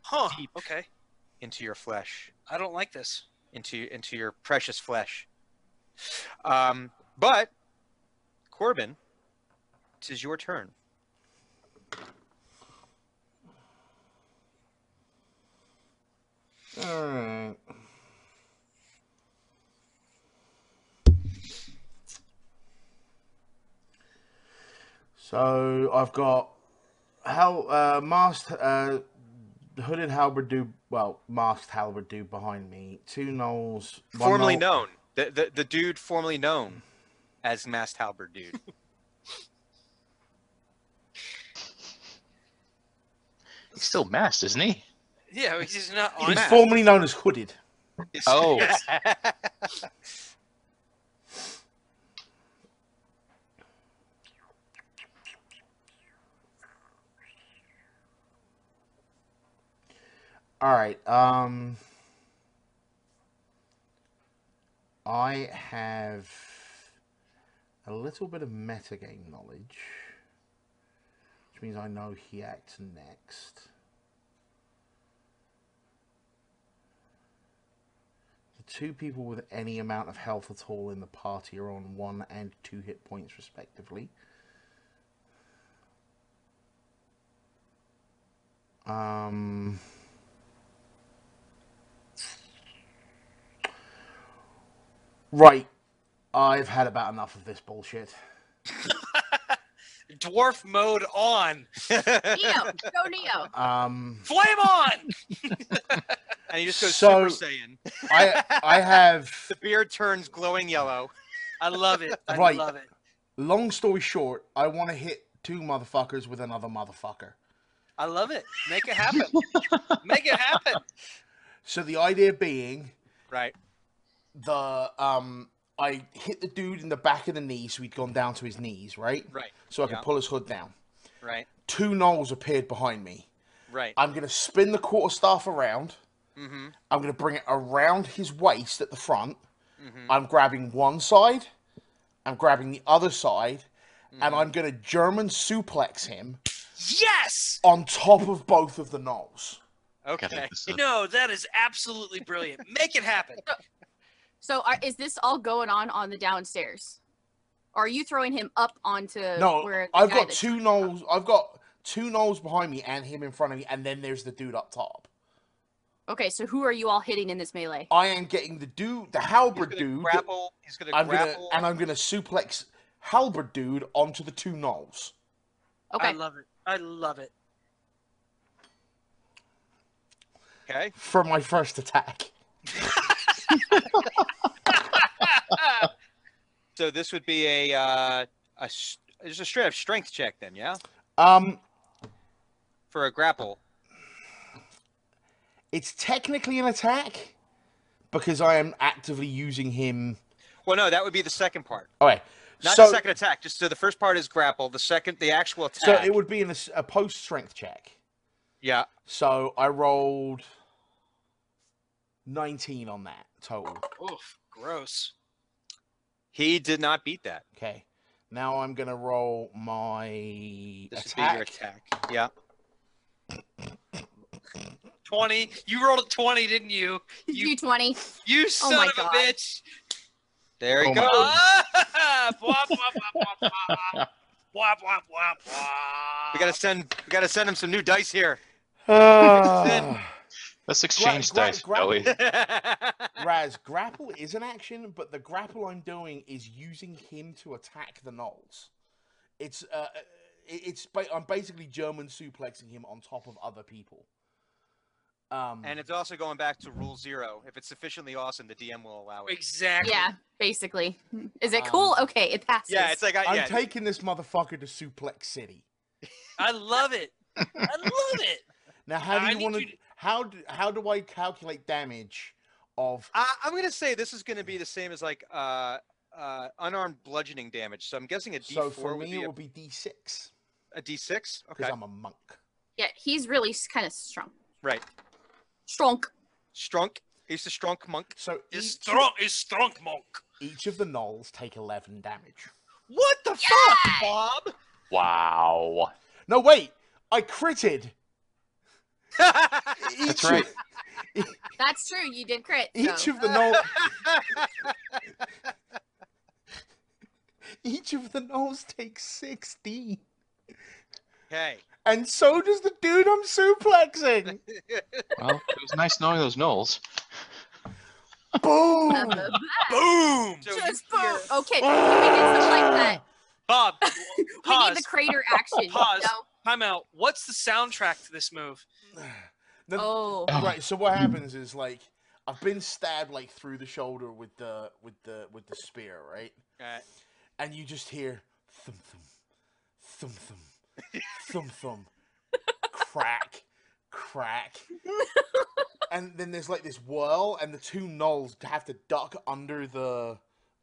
Huh.
deep.
Okay.
into your flesh.
I don't like this.
into into your precious flesh. Um, but Corbin, it is your turn.
All right. So I've got how uh, masked uh, hooded halberd do well masked halberd do behind me. Two gnolls. one
Formerly
gnoll-
known, the, the the dude formerly known as masked halberd dude.
He's still masked, isn't he?
Yeah, he's just not on.
He's
Matt.
formerly known as Hooded.
Oh.
All right. Um, I have a little bit of metagame knowledge, which means I know he acts next. The two people with any amount of health at all in the party are on one and two hit points, respectively. Um. Right. I've had about enough of this bullshit.
Dwarf mode on.
Neo, go Neo.
Um,
Flame on.
and he just goes
So-
Super Saiyan.
I I have.
The beard turns glowing yellow.
I love it. I
Right.
love it.
Long story short, I want to hit two motherfuckers with another motherfucker.
I love it. Make it happen. Make it happen.
So the idea being
Right.
the um, I hit the dude in the back of the knee, so he'd gone down to his knees, right?
Right.
So I could
Yeah.
pull his hood down.
Right.
Two gnolls appeared behind me.
Right.
I'm gonna spin the quarter staff around.
Mm-hmm.
I'm gonna bring it around his waist at the front.
Mm-hmm.
I'm grabbing one side, I'm grabbing the other side,
mm-hmm.
and I'm going to German suplex him
Yes.
on top of both of the knolls.
Gotta
Okay.
look this uh, up.
No, that is absolutely brilliant. Make it happen.
So are, is this all going on on the downstairs? Or are you throwing him up onto
No,
where the
I've
guy
got
that's-
two knolls. I've got two knolls behind me and him in front of me, and then there's the dude up top.
Okay, so who are you all hitting in this melee?
I am getting the dude, the
He's
halberd
gonna
dude.
grapple. He's gonna
I'm gonna
grapple.
and I'm gonna suplex halberd dude onto the two knolls.
I
Okay.
love it. I love it.
Okay.
for my first attack.
So this would be a uh, a s- it's a straight up strength check then, yeah,
Um,
for a grapple.
it's technically an attack because I am actively using him.
Well, no, that would be the second part,
All right.
not
so,
the second attack. Just so the first part is grapple. The second, the actual
so
attack.
it would be in a, post strength check.
yeah.
So I rolled 19 on that total.
Oof. Gross.
He did not beat that.
Okay. Now I'm going to roll my
This would be your
attack.
attack. Yeah.
Twenty. You rolled a twenty, didn't you? You
You 20.
you son
my
of
God.
a bitch.
There he
Oh my
goes.
Ah, blah, blah, blah, blah, blah. Blah, blah, blah, blah.
We gotta send. We gotta send him some new dice here.
Ah.
Let's exchange
gra-
dice,
gra-
Joey.
Raz, grapple is an action, but the grapple I'm doing is using him to attack the Knolls. It's uh, uh, it- it's ba- I'm basically German suplexing him on top of other people. Um,
and it's also going back to rule zero. If it's sufficiently awesome, the DM will allow it.
Exactly.
Yeah, basically. Is it cool?
Um,
Okay, it passes.
Yeah, it's like I,
I'm
yeah,
taking this motherfucker to Suplex City.
I love it. I love it.
Now, how do
I
you
need
want to?
you to-
How do how do I calculate damage of?
I, I'm gonna say this is gonna be the same as like uh, uh, unarmed bludgeoning damage. So I'm guessing a D4
So for
would
me,
be
it
a,
would be D6 because
a D6. Okay,
I'm a monk.
Yeah, he's really kind of strong.
Right.
Strong.
strunk. He's a strunk monk.
So
It's
each,
strong. It's strong, monk.
each of the Knolls take 11 damage.
What the fuck, Bob?
Wow.
No, wait, I critted. Each
That's
of-
right.
That's true. You did crit.
Each
so.
of the knoll, each of the knolls takes sixteen,
okay.
and so does the dude I'm suplexing.
Well, it was nice knowing those knolls.
Boom!
Boom.
So
Just
you hear-
boom. Okay, can we get some like that?
Bob,
We need
pause.
the crater action.
Pause.
No.
Time out. What's the soundtrack to this move?
The-
Oh.
Right. So what happens is like I've been stabbed like through the shoulder with the with the with the spear, right?
Alright.
and you just hear thum thum, thum thum, thum thum, crack, crack. and then there's like this whirl, and the two gnolls have to duck under the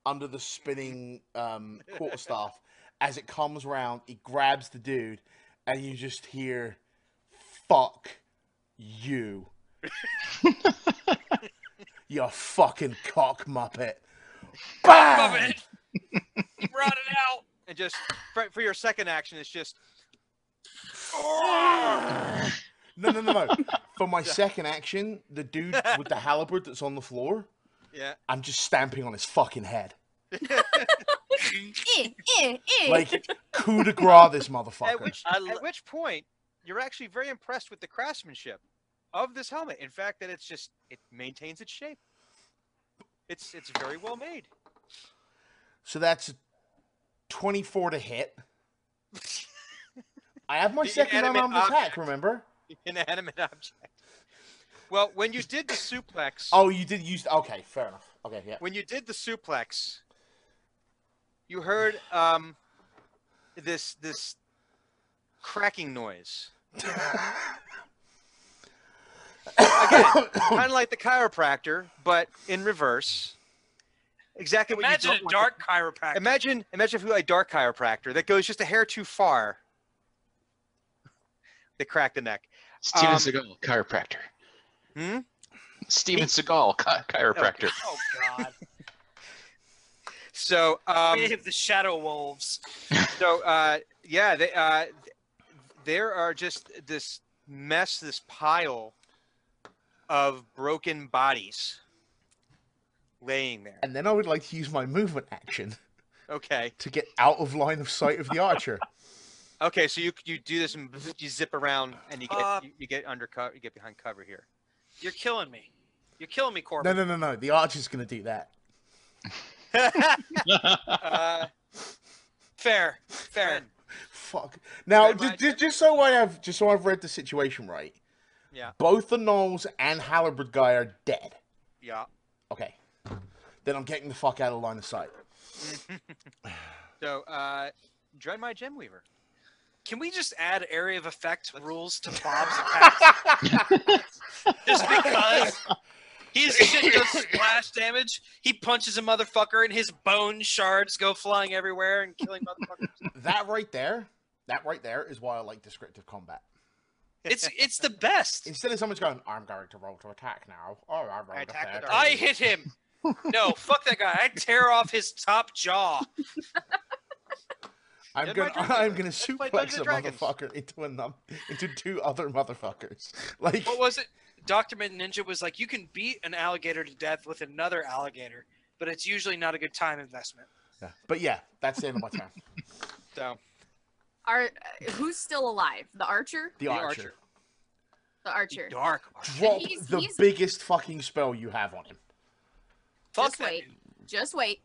under the spinning um, quarterstaff. As it comes round, it grabs the dude, and you just hear, "Fuck you, you fucking cock muppet!" Bam!
Love it. Brought it out.
And just for, for your second action, it's just
No, no, no, no. For my second action, the dude with the halberd that's on the floor,
yeah.
I'm just stamping on his fucking head.
Eh, eh, eh.
Like, coup de grace this
At
motherfucker.
which
I lo-
at which point you're actually very impressed with the craftsmanship of this helmet. In fact, that it's just it maintains its shape. It's it's very well made.
So that's 24 to hit. I have my
The
second
inanimate
unarmed attack, remember?
Inanimate object. Well, when you did the suplex,
Oh, you did use. Okay, fair enough. Okay, yeah.
when you did the suplex, you heard um this this cracking noise.
Oh.
kind of like the chiropractor, but in reverse. Exactly what
Imagine
you don't
a
want to-
dark chiropractor.
Imagine, imagine if you had a dark chiropractor that goes just a hair too far. They crack the neck.
Steven
Um,
Seagal, chiropractor.
Hmm?
Steven Seagal, chi- chiropractor.
oh God.
So, um,
Way of the shadow wolves.
so uh, yeah, they, uh, there are just this mess, this pile of broken bodies laying there.
And then I would like to use my movement action
Okay,
to get out of line of sight of the archer.
okay. So you you do this and you zip around and you get
Uh,
you, you get under cover, you get behind cover here.
You're killing me. You're killing me,
No,
Corbin.
no, no, no. The archer's going to do that.
Uh,
Fair. Fair.
Fuck. Now,
Very
just,
much.
just, just so I have, just so I've read the situation right.
Yeah.
Both the Knowles and Halibut guy are dead.
yeah.
Okay. Then I'm getting the fuck out of line of sight.
So, uh, dread my gem weaver.
Can we just add area of effect rules to Bob's attacks? just because his shit does splash damage, he punches a motherfucker and his bone shards go flying everywhere and killing motherfuckers.
That right there, that right there is why I like descriptive combat.
It's it's the best.
Instead of someone's going, "I'm going to roll to attack now," oh, I rolled
I
a
attacked
fair
it
I
thing."
hit him. No, fuck that guy. I tear off his top jaw.
I'm
Dead
gonna,
by Dragons.
I'm gonna
Let's play
suplex
Dungeons
a
and Dragons.
motherfucker into a num- into two other motherfuckers. Like,
What was it? Dr. Mid Ninja was like, you can beat an alligator to death with another alligator, but it's usually not a good time investment.
Yeah. but yeah, that's the end of my turn.
So,
Are uh, who's still alive? The archer?
The, archer.
The archer.
Dark.
Drop
He's-
the
he's-
biggest fucking spell you have on him.
Fuck
Just
that
wait.
dude.
Just wait.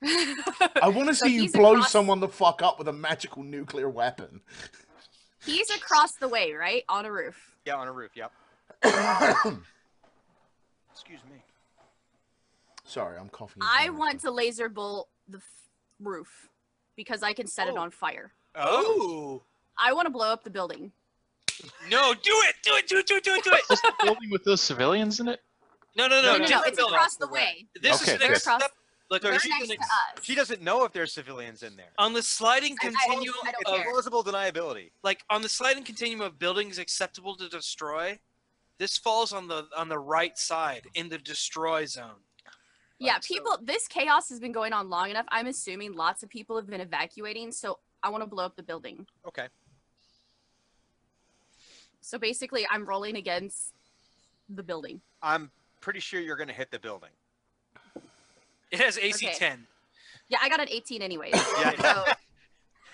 I want to
So
see you
he's
blow
across-
someone the fuck up with a magical nuclear weapon.
He's across the way, right? On a roof.
yeah, on a roof. Yep. Excuse me.
Sorry, I'm coughing. into
I
my
want to laser bolt the f- roof because I can set it
Oh.
on fire.
Oh,
I want to blow up the building.
No, do it! Do it! Do it! Do it! Do it! Do it!
Just the building with those civilians in it.
No, no,
No,
no,
no,
different
it's
building.
across the
Across
way.
This
Okay,
is an
good.
ex-
Across-
Look,
No,
this
They're
is
she's
an
next to
ex-
us.
she doesn't know if there's civilians in there.
on the sliding
I- I
continuum
also- I don't
of
care.
Plausible deniability.
like on the sliding continuum of buildings acceptable to destroy, this falls on the on the right side in the destroy zone.
Yeah,
Right, so-
people. This chaos has been going on long enough. I'm assuming lots of people have been evacuating, so I want to blow up the building.
Okay.
So basically, I'm rolling against the building.
I'm pretty sure you're gonna hit the building.
It has AC
Okay.
10.
Yeah, I got an 18 anyway.
Yeah.
So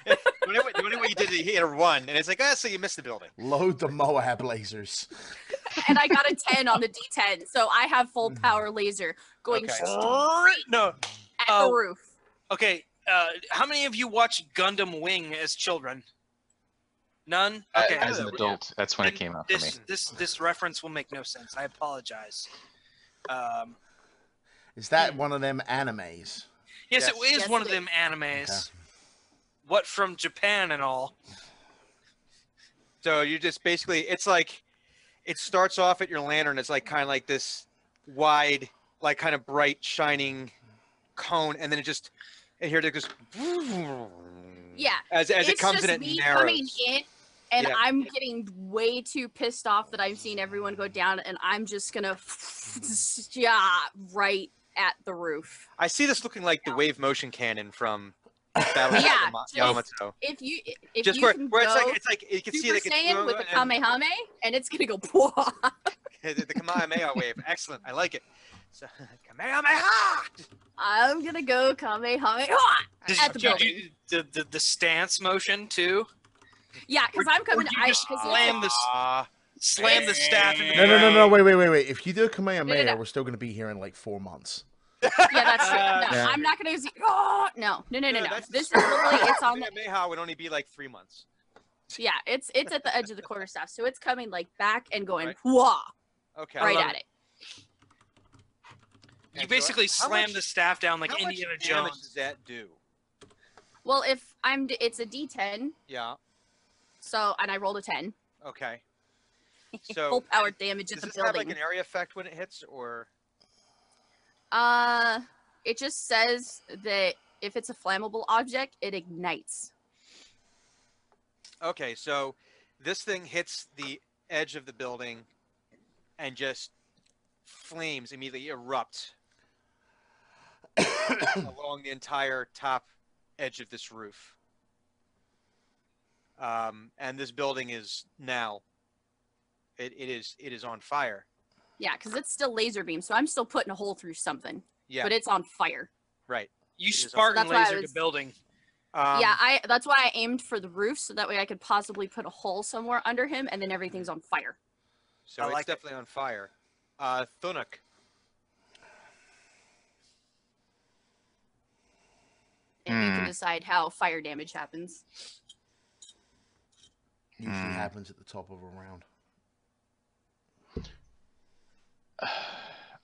The only way- the only way you did it, you hit a one, and it's like, ah, so you missed the building.
Load the Moab lasers.
and I got a 10 on the D10, so I have full power laser going
Mm-hmm. Okay.
straight
Oh. No.
at
Oh.
the roof.
Okay. Uh, how many of you watched Gundam Wing as children? None. Okay.
Uh, As an
Yeah.
adult, that's when it
Then
came out for me.
this this this reference will make no sense. I apologize. Um,
Is that one of them animes?
Yes,
Yes.
it is
Yes,
one
it
of them animes.
Okay.
What from Japan and all.
So you just basically, it's like, it starts off at your lantern. It's like kind of like this wide, like kind of bright, shining cone, and then it just, and here it goes.
Yeah,
As, as it
it's
comes
just
in, it
me
narrows.
coming in, and
Yeah.
I'm getting way too pissed off that I've seen everyone go down, and I'm just gonna yeah right at the roof.
I see this looking like the wave motion cannon from Battle
Yeah,
of
just-
Yamato.
If you if
just
you
where,
can
where
go
it's like it's like you can see
Super
like it's
Saiyan with a
and-
Kamehameha, and it's gonna go blah.
the the Kamehameha wave. Excellent, I like it. So, Kamehameha!
I'm gonna go Kamehameha.
Did
At the
you
building.
do the, the, the stance motion too?
Yeah, because I'm coming.
you
I,
just
'cause
slam
it's-
the s- Slam the staff in the
No, no, no, no.
ground.
Wait, wait, wait, wait. If you do a Kamehameha,
No, no, no.
we're still going to be here in like four months.
yeah, that's true.
Uh,
No,
yeah.
I'm not gonna use. Oh no, no, no, no, no.
that's
This is literally it's on the
Kamehameha would only be like three months.
yeah, it's it's at the edge of the quarterstaff, so it's coming like back and going
Right.
wah
Okay.
right
love
at it.
And so
You basically
how
slam
much-
the staff down like
how much
Indiana
damage
Jones.
does that do?
Well, if I'm, d- it's a D10,
Yeah.
so and I rolled a 10.
Okay. So
Full power damage
does
at the
this have like
building.
an area effect when it hits, or
Uh, it just says that if it's a flammable object, it ignites.
okay? So this thing hits the edge of the building, and just flames immediately erupt along the entire top edge of this roof. Um, and this building is now. It, it is it is on fire.
Yeah, because it's still laser beam, so I'm still putting a hole through something,
Yeah.
but it's on fire.
right.
You
That's
Spartan
why I
lasered the
was-
building.
Um,
yeah, I that's why I aimed for the roof so that way I could possibly put a hole somewhere under him, and then everything's on fire.
So
I
it's
like it.
definitely on fire. Uh, Thunuk.
And you can
Hmm.
decide how fire damage happens.
Usually
Hmm.
happens at the top of a round.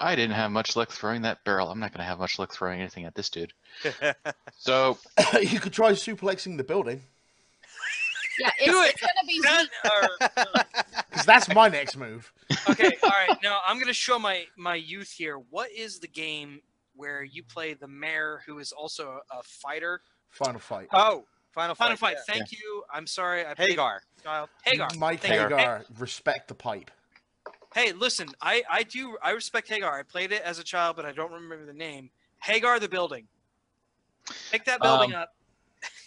I didn't have much luck throwing that barrel. I'm not gonna have much luck throwing anything at this dude. So
you could try suplexing the building
Yeah, it's,
it.
it's gonna be
Done, or-
because that's my next move.
okay, all right. Now I'm gonna show my my youth here. What is the game where you play the mayor who is also a, a fighter?
Final fight.
oh, final
Final
fight.
fight. Thank you. I'm sorry. I
yeah.
played
Hagar.
Child. Hagar.
Mike
thank you.
Hagar, respect the pipe.
Hey, hey, listen. I I do. I respect Hagar. I played it as a child, but I don't remember the name. Hagar the building. Pick that building
Um,
up.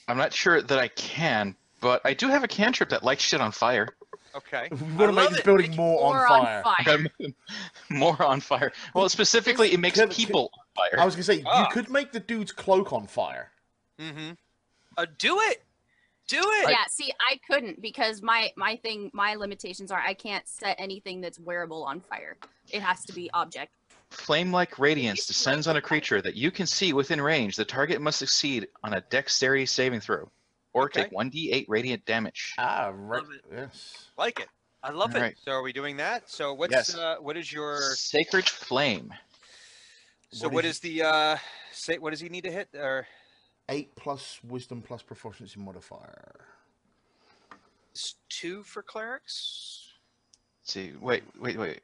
I'm not sure that I can, but I do have a cantrip that lights shit on fire.
Okay.
We want to
love
make this
it.
building
Make
more
more
on fire.
I'm more on fire. Well, specifically, it makes
Can- can-
people on
I
fire.
was gonna say
Ah.
you could make the dude's cloak on fire.
Mm-hmm.
Uh, do it. Do it.
yeah see i couldn't because my my thing my limitations are i can't set anything that's wearable on fire it has to be object
Flame like radiance descends on a creature that you can see within range. The target must succeed on a dexterity saving throw or
Okay.
take 1d8 radiant damage.
Ah, right.
Love it.
Yes.
Like it.
I love it.
Alright.
So are we doing that? So what's
Yes.
uh, what is your
Sacred Flame.
so
What
what
is-
is the uh say what does he need to hit or
Eight plus wisdom plus proficiency modifier.
It's two for clerics.
Let's see, wait, wait, wait.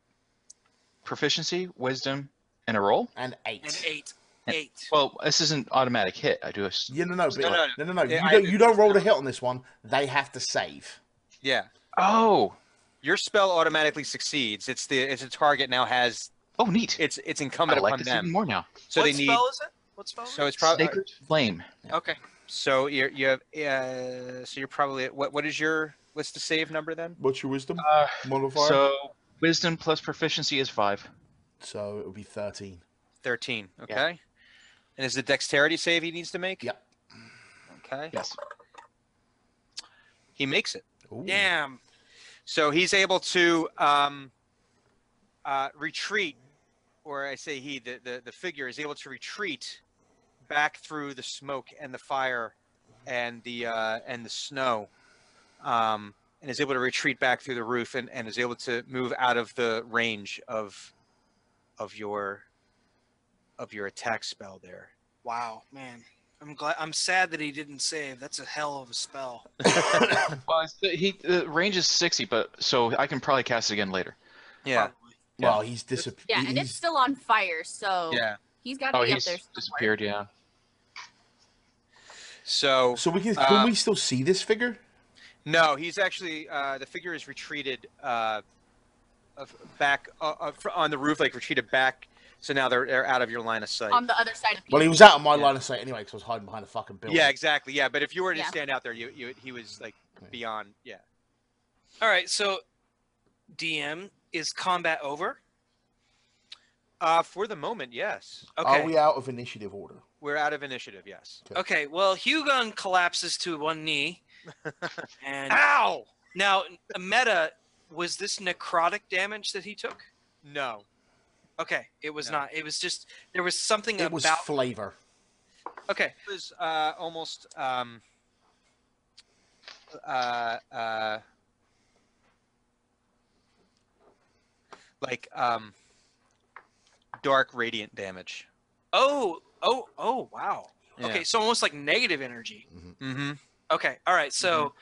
Proficiency, wisdom, and a roll?
And eight.
And eight.
And-
Eight.
Well, this isn't automatic hit. I do have. s-
Yeah, no, no, but,
No,
no,
no,
no, no. no,
Yeah,
you
I
don't,
do
you don't roll
no.
the hit on this one. They have to save.
yeah
Oh!
your spell automatically succeeds. It's the it's a target now has
Oh, neat.
it's it's
I
incumbent
like
upon
this even
them.
more now.
So
what
they need
spell is it? What spell? is
so
it?
it's probably
Sacred Flame.
okay.
so you're you have uh, so you're probably at, what what is your what's the save number then?
What's your wisdom
Uh,
modifier? So,
So, wisdom plus proficiency is five.
it would be thirteen.
Thirteen. Okay. And is the dexterity save he needs to make?
Yep.
Okay.
Yes.
He makes it.
Ooh.
Damn.
So he's able to um, uh, retreat, or I say he, the, the, the figure is able to retreat back through the smoke and the fire and the uh, and the snow, um, and is able to retreat back through the roof and, and is able to move out of the range of of your of your attack spell there.
Wow, man. I'm glad. I'm sad that he didn't save. That's a hell of a spell.
Well, it's, he the range is sixty, but so I can probably cast it again later.
Yeah.
probably.
Well, he's disappeared.
Yeah, and it's still on fire, so
Yeah.
he's got to
Oh,
be up
he's
there. somewhere.
disappeared. Yeah.
So
So we can
Uh,
can we still see this figure?
no, he's actually uh, the figure is retreated uh, of- back uh, uh, fr- on the roof, like retreated back. So now they're they're out of your line of sight.
on the other side of
Well, he
people.
was out of my
Yeah.
line of sight anyway because I was hiding behind a fucking building.
yeah, exactly. Yeah, but if you were to
Yeah.
stand out there, you, you he was like
Okay.
beyond. Yeah.
All right, so DM is combat over.
Uh, for the moment, yes,
Okay.
Are we out of initiative order?
we're out of initiative. Yes.
Okay. Well, Hugon collapses to one knee, and
Ow!
now Meta was this necrotic damage that he took?
No.
Okay, it was
No.
not. It was just there was something
It
about.
was flavor.
okay.
It was uh, almost um, uh, uh, like um, dark radiant damage.
Oh. Oh. Oh. Wow.
Yeah.
Okay. So almost like negative energy.
Mm-hmm.
Okay. All right. So,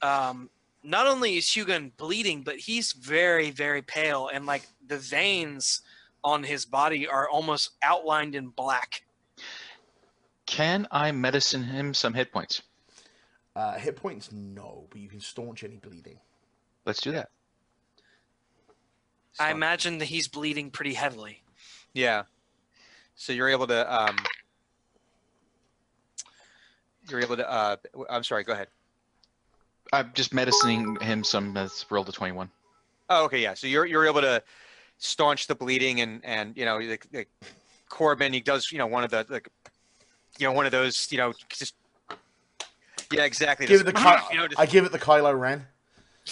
Mm-hmm.
um, not only is Hugon bleeding, but he's very, very pale, and like the veins on his body are almost outlined in black.
Can I medicine him some hit points?
Uh, hit points, no, but you can staunch any bleeding.
Let's do that.
I imagine that he's bleeding pretty heavily.
Yeah. So you're able to. Um, you're able to. Uh, w- I'm sorry. Go ahead.
I'm just medicining him some. Let's roll to twenty-one.
Oh, okay. Yeah. So you're you're able to staunch the bleeding and and you know like, like Corbin he does you know one of the like you know one of those you know just yeah exactly
Give it the
just-
Ky-
you know, just-
I give it the Kylo Ren.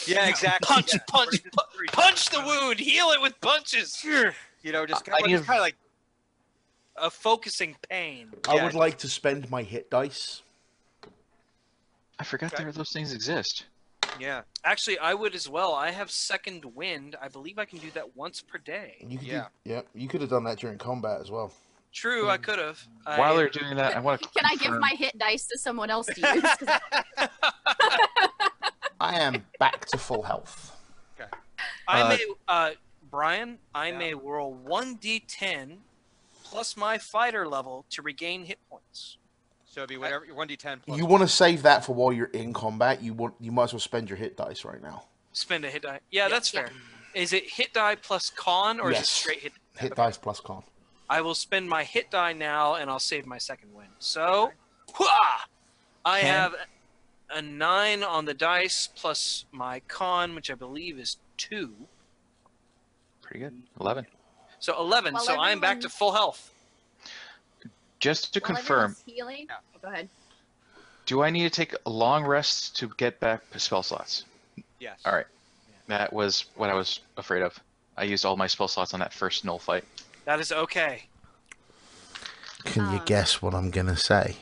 yeah exactly
Punch,
yeah.
punch, pu- punch the wound. Heal it with punches.
you know just
I-
kind
I
of,
give-
kind of like
A focusing pain.
I
Yeah.
would like to spend my hit dice.
I forgot
Okay.
there those things exist.
yeah
Actually, I would as well. I have second wind. I believe I can do that once per day.
You could
Yeah.
Do, yeah, you could have done that during combat as well.
True, I could have.
While they're doing that, I want to.
Can I give my hit dice to someone else to use? 'Cause I-
I am back to full health.
I
Uh,
may, uh, Brian, I
Yeah.
may roll 1d10 plus my fighter level to regain hit points.
so it'd be whatever one d ten plus
You want to save that for while you're in combat. You want you might as well spend your hit dice right now.
Spend a hit die. Yeah, that's
Yeah.
fair. Is it hit die plus con or is it
Yes.
straight hit?
Hit dice plus con.
I will spend my hit die now and I'll save my second win. So, hua! I
Ten.
have a 9 on the dice plus my con, which I believe is 2.
Pretty good. Eleven.
So 11.
Well,
so I'm back to
everyone-
full health.
Just to
While
confirm,
everyone's Healing.
Yeah.
Oh, go ahead.
do I need to take a long rest to get back spell slots?
yes
All right. That was what I was afraid of. I used all my spell slots on that first null fight.
That is okay.
Can you
Um,
guess what I'm gonna say?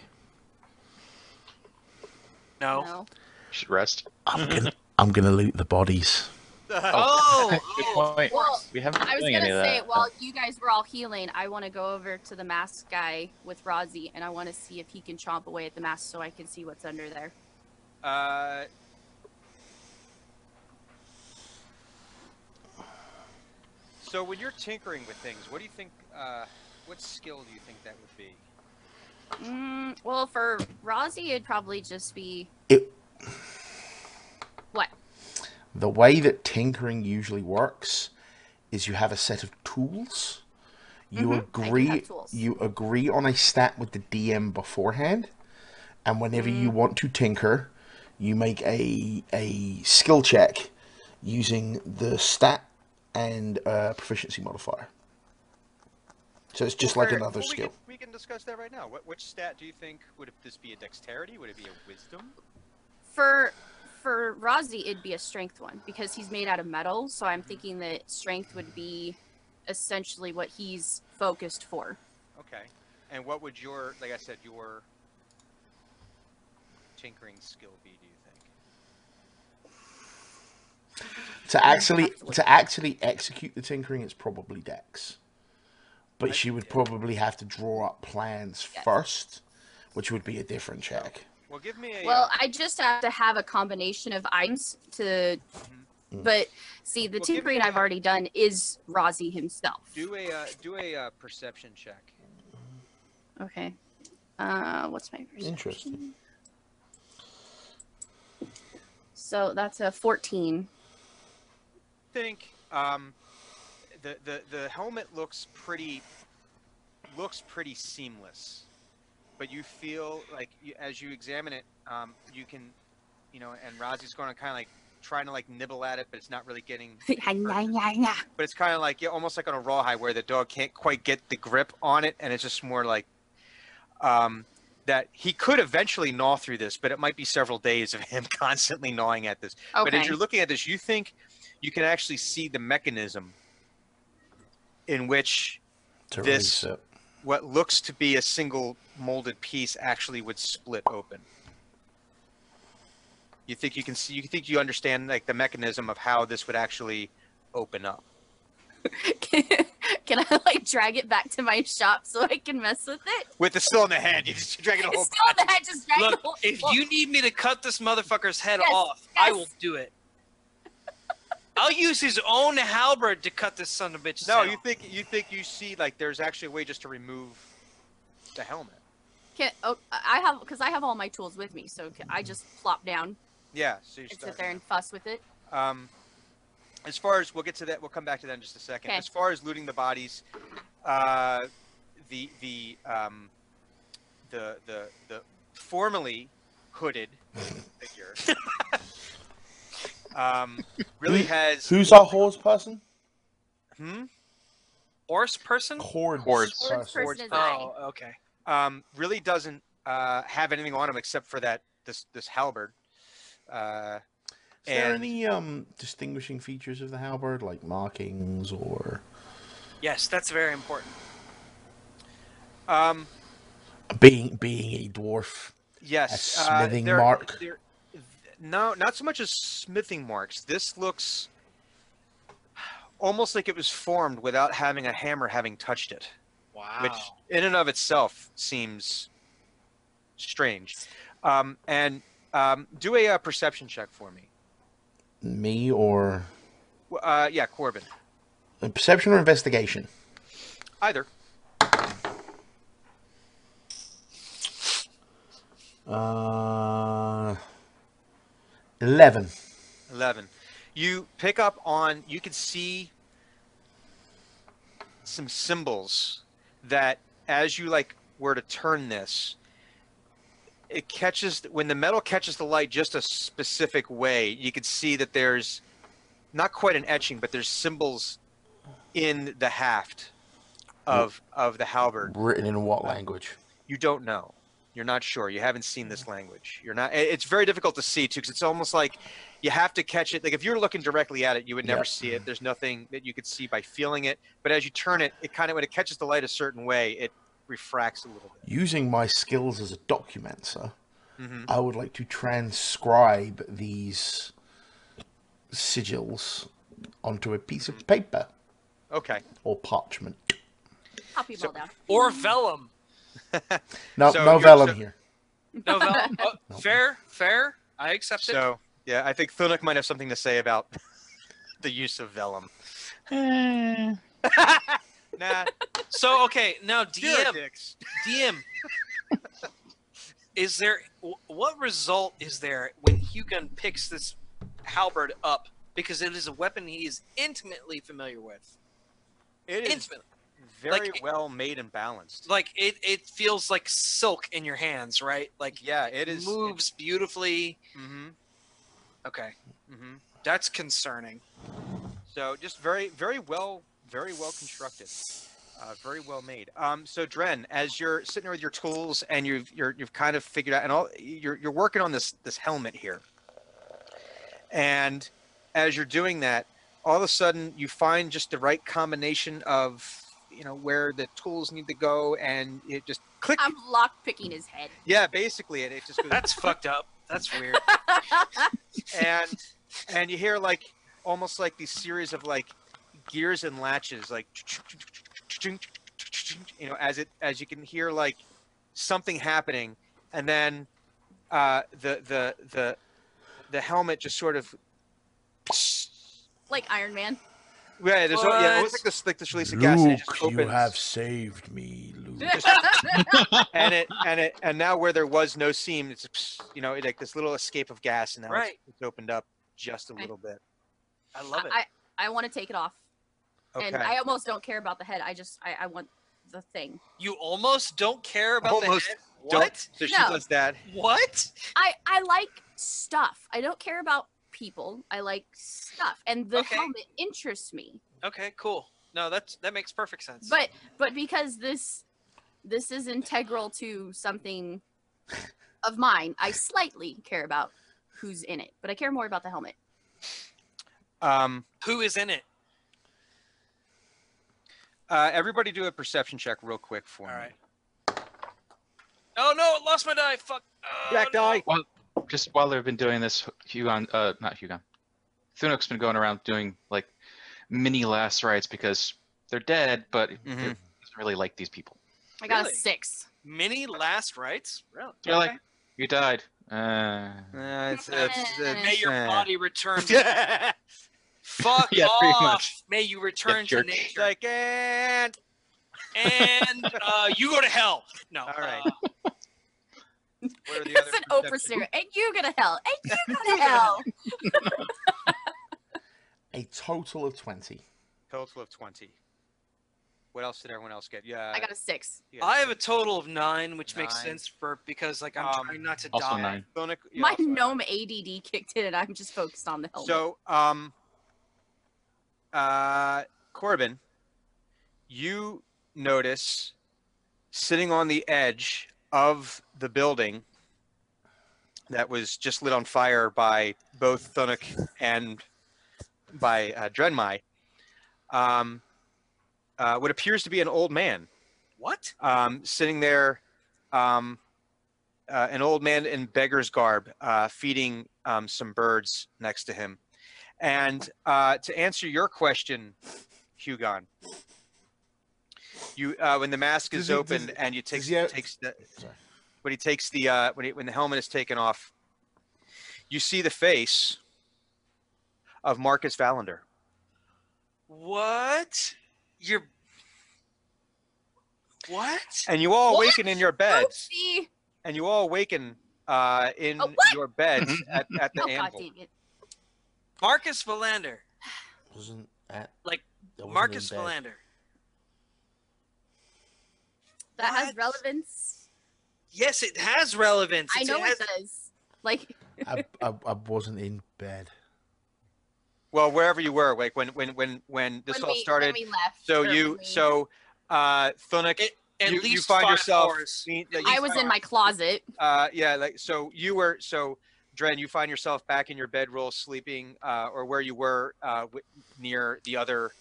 No.
No.
Should rest.
I'm gonna I'm gonna loot the bodies.
Oh,
Good
oh,
point.
Well,
We haven't been
I was
doing
gonna
any of
say
that.
while you guys were all healing, I want to go over to the mask guy with Rozzy, and I want to see if he can chomp away at the mask so I can see what's under there.
uh so when you're tinkering with things what do you think uh what skill do you think that would be
Mm, well, for Rozzy, it'd probably just be
It
what?
the way that tinkering usually works is you have a set of tools. You
Mhm, I do
agree
have tools.
you agree on a stat with the DM beforehand, and whenever
Mm.
you want to tinker, you make a a skill check using the stat and uh, proficiency modifier. So it's just like
Alright,
another
well, we
skill.
can- We can discuss that right now. What, which stat do you think would it- this be? A dexterity? Would it be a wisdom?
For for Rozzy, it'd be a strength one because he's made out of metal. So I'm thinking that strength would be essentially what he's focused for.
Okay. And what would your, like I said, your tinkering skill be? Do you think?
To actually
have to look
to actually execute the tinkering, it's probably Dex. but she would probably have to draw up plans
Yes.
first, which would be a different check.
Well, give me a.
Well,
uh,
I just have to have a combination of items
Mm.
to. But see,
Mm-hmm.
the
Well,
two
give
green
me
I've
a-
already done is Rozzy himself.
do a uh, do a uh, perception check.
Okay. Uh, what's my perception?
Interesting.
So that's a 14.
think um, the, the the helmet looks pretty looks pretty seamless, but you feel like you, as you examine it, um, you can, you know, and Razi's going to kind of like trying to like nibble at it, but it's not really getting. But it's kind of like you're almost like on a rawhide where the dog can't quite get the grip on it, and it's just more like um, that he could eventually gnaw through this, but it might be several days of him constantly gnawing at this. But as
Okay.
you're looking at this, you think you can actually see the mechanism in which
To
This-
release it.
what looks to be a single molded piece actually would split open. You think you can see? You think you understand like the mechanism of how this would actually open up?
can I like drag it back to my shop so I can mess with it?
With the still in the hand, you just drag it a
It's
whole.
still in the head, just drag
Oh, Look,
the whole-
if
well,
you need me to cut this motherfucker's head
Yes,
off, I
yes.
will do it. I'll use his own halberd to cut this son of a bitch's
No,
head
you
off.
think you think you see like there's actually a way just to remove the helmet.
Can, oh, I have because I have all my tools with me, so ca- I just plop down
Yeah, so you
and
start-
sit there and fuss with it.
Um, as far as we'll get to that, we'll come back to that in just a second.
Okay.
As far as looting the bodies, uh, the the um, the the the formerly hooded figure um, really
Who-
has
Who's our horse person?
hmm?
Horse person?
Hordes.
Hordes.
Hordes
person.
person is
Oh, okay.
um, really doesn't uh, have anything on him except for that this this halberd. Uh,
Is there
and-
any um, distinguishing features of the halberd, like markings or
Yes, that's very important.
um,
being being a dwarf?
Yes.
A
uh,
smithing
there-
mark?
there- th- no, not so much as smithing marks. This looks almost like it was formed without having a hammer having touched it,
Wow.
which in and of itself seems strange. Um, and um, do a uh, perception check for me.
Me or
W- Uh, yeah, Corbin.
perception or investigation?
Either.
Uh, eleven.
11 you pick up on you can see some symbols that as you like were to turn this it catches when the metal catches the light just a specific way you can see that there's not quite an etching but there's symbols in the haft of of the halberd
Written in what language?
you don't know. You're not sure. You haven't seen this language. You're not. i- It's very difficult to see too, because it's almost like you have to catch it. Like if you're looking directly at it, you would never
Yep.
see it. There's nothing that you could see by feeling it. But as you turn it, it kind of when it catches the light a certain way, it refracts a little
Using my skills as a documenter,
bit.
Mm-hmm.
hmm
I would like to transcribe these sigils onto a piece of paper
Okay.
or parchment.
Copy
So-
ball down.
Or vellum.
No,
So
no
you're-
vellum
so-
here.
No vellum. Oh, Fair, fair. I accept it.
So yeah, I think Thunuk might have something to say about the use of vellum.
Eh.
nah,
So okay, now
you're a
DM,
dicks.
DM. Is there wh- what result is there when Hugon picks this halberd up because it is a weapon he is intimately familiar with?
It is
Intimately,
very
like-
well made and balanced.
like it, it feels like silk in your hands, right? Like
yeah, it is.
moves beautifully.
hmm
Okay,
hmm
that's concerning.
So just very, very well, very well constructed, uh, very well made. Um, so Dren, as you're sitting there with your tools and you've you're, you've kind of figured out and all you're you're working on this this helmet here, and as you're doing that, all of a sudden you find just the right combination of you know where the tools need to go and it just click.
I'm lock picking his head.
yeah, basically it, it just goes
That's fucked up. That's weird.
and and you hear like almost like these series of like gears and latches like you know, as it as you can hear like something happening, and then uh, the the the the helmet just sort of
like Iron Man.
yeah, there's no, yeah, it was
What?
like this like this release of gas, and it just opens,
saved me, Luke.
and it and it and now where there was no seam, it's you know, it, like this little escape of gas, and now it's-
Right.
it's, opened up just a
Okay.
little bit.
I love it.
I, I, want to take it off,
Okay.
and I almost don't care about the head. I just I, I want the thing.
you almost don't care about
Almost
the head.
don't.
What?
So she
No.
does that.
What?
I I like stuff. I don't care about people. I like stuff, and the
Okay.
helmet interests me.
Okay, cool. No, that's that makes perfect sense.
But but because this this is integral to something of mine, I slightly care about who's in it, but I care more about the helmet.
Um,
who is in it?
uh, everybody do a perception check real quick for
All
me.
right. Oh no! I lost my die. Fuck. Oh,
Jack
no.
die.
Just while they've been doing this, Hugon, uh, not Hugon, Thunok's been going around doing like mini last rites because they're dead, but he
Mhm.
doesn't really like these people.
I got
Really?
a six.
Mini last rites. Really?
They're like, you died. Uh,
Uh, it's, it's, it's,
May your
uh,
body return. To- Fuck
Yeah, pretty
off.
much.
May you return to
jerk.
It's
nature.
like, and
and uh, you go to hell. No.
All right.
uh,
what are the
That's
other
an Oprah
perception-
series. And you go to hell. And you go to hell.
A total of 20.
Total of 20. What else did everyone else get? Yeah.
I got a six.
yeah.
I have a total of nine, which makes
Nine.
sense for because like I'm
Um,
trying not to
also
die.
nine.
Sonic, yeah,
My
also-
gnome ADD kicked in, and I'm just focused on the helmet.
So, um, uh, Corbin, you notice sitting on the edge of the building that was just lit on fire by both Thunuk and by uh, Drenmai, um, uh, what appears to be an old man
What?
um, sitting there, um, uh, an old man in beggar's garb, uh, feeding um, some birds next to him. And uh, to answer your question, Hugon, you uh, when the mask
Does
is
he- does-
opened and you takes
he have-
takes the
Sorry.
when he takes the uh, when he, when the helmet is taken off, you see the face of Marcus Valander.
What? You're. What?
And you all
What?
awaken in your
Oh,
beds.
Oopsie.
and you all awaken uh, in
A Oh, what?
your beds
Mm-hmm.
at, at the
Oh, God
anvil.
damn it.
Marcus Valander.
Wasn't at.
Like,
I wasn't
Marcus
in bed.
Valander.
That has
What?
relevance.
Yes, it has relevance.
I
It's-
know
it has-
it does. Like,
I, I, I wasn't in bed.
Well, wherever you were, like when when when when this
when
all
we,
started.
When we left.
so
or
you
when we-
so uh, Thunic,
It- at
you,
least
you find
five
yourself.
hours.
you-
At
you
I was
find-
in my closet.
Uh, yeah, like so you were so. Dren, you find yourself back in your bedroll, sleeping, uh, or where you were uh, w- near the other,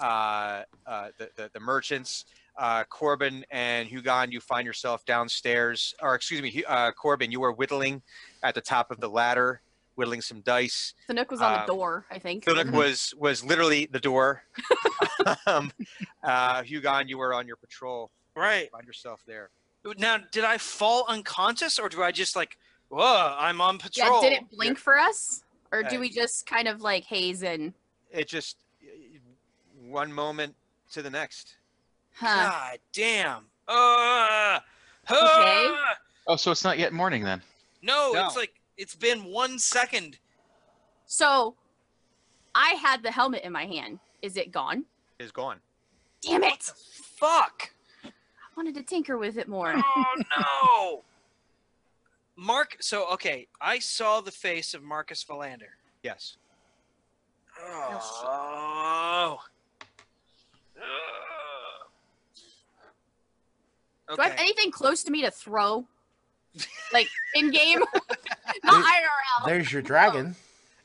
uh, uh, the, the the merchants. Uh, Corbin and Hugon, you find yourself downstairs, or excuse me, Hu- uh, Corbin, you were whittling at the top of the ladder, whittling some dice.
The nook was on
um,
the door, I think.
Thunuk was was literally the door. um, uh, Hugon, you were on your patrol.
Right.
Find yourself there.
Now, did I fall unconscious or do I just like, whoa, I'm on
yeah,
patrol?
did it blink for us? Or do
Uh,
we just kind of like haze and,
It just y- one moment to the next.
huh?
God damn. Uh, huh.
Oh, so it's not yet morning then.
No,
No.
it's like, it's been one second.
So I had the helmet in my hand. Is it gone?
Is gone.
Damn it!
Fuck.
I wanted to tinker with it more.
Oh, no. Mark, so, okay, I saw the face of Marcus Valander.
Yes.
Oh.
Do I have
Okay.
anything close to me to throw? Like in game? Not IRL.
There's your dragon.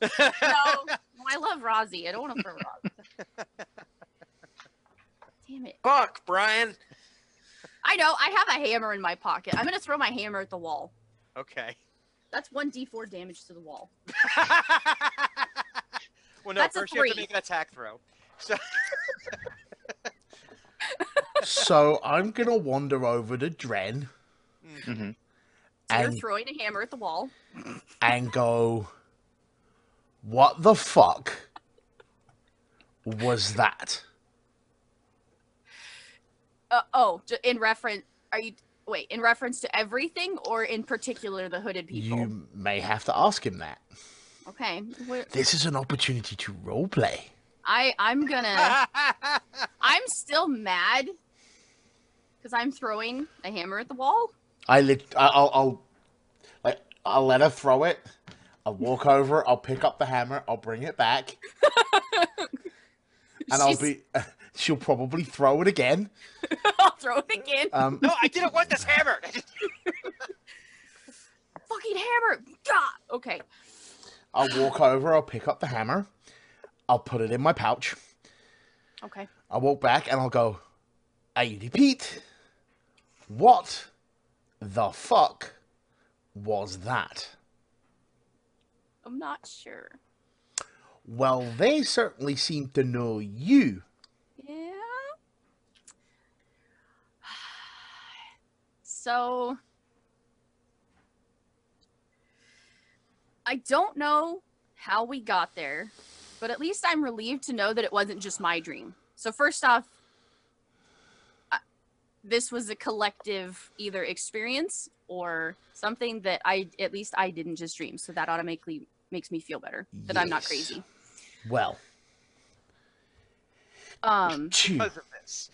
No. No, I love Rozzy. I don't want to throw Rozzy. Damn it.
Fuck, Brian.
I know. I have a hammer in my pocket. I'm going to throw my hammer at the wall.
Okay.
That's 1d4 damage to the wall.
well, no.
That's a
first, you have
three.
Oh.
to make an attack throw.
so I'm gonna wander over to Dren
Mm,
Mhm.
So you're
And-
throwing a hammer at the wall.
and go, "What the fuck was that?"
Uh, oh, ju- in reference, are you wait in reference to everything or in particular the hooded people?
You may have to ask him that.
Okay, where-
This is an opportunity to roleplay.
I I'm gonna I'm still mad because I'm throwing a hammer at the wall.
I lit- I- I'll, I'll, like, I'll let her throw it. I'll walk over. I'll pick up the hammer. I'll bring it back, and I'll
She's-
be. she'll probably throw it again.
I'll throw it again.
Um,
no, I didn't want this hammer.
Fucking hammer! Gah! Okay.
I'll walk over. I'll pick up the hammer. I'll put it in my pouch.
Okay.
I'll walk back and I'll go. I repeat. What the fuck was that?
I'm not sure.
Well, they certainly seem to know you.
Yeah. So I don't know how we got there, but at least I'm relieved to know that it wasn't just my dream. So first off, I- this was a collective either experience or something that I at least I didn't just dream. So that automatically makes me feel better that I'm not
Yes.
crazy.
Well,
Um
two.
Because of this.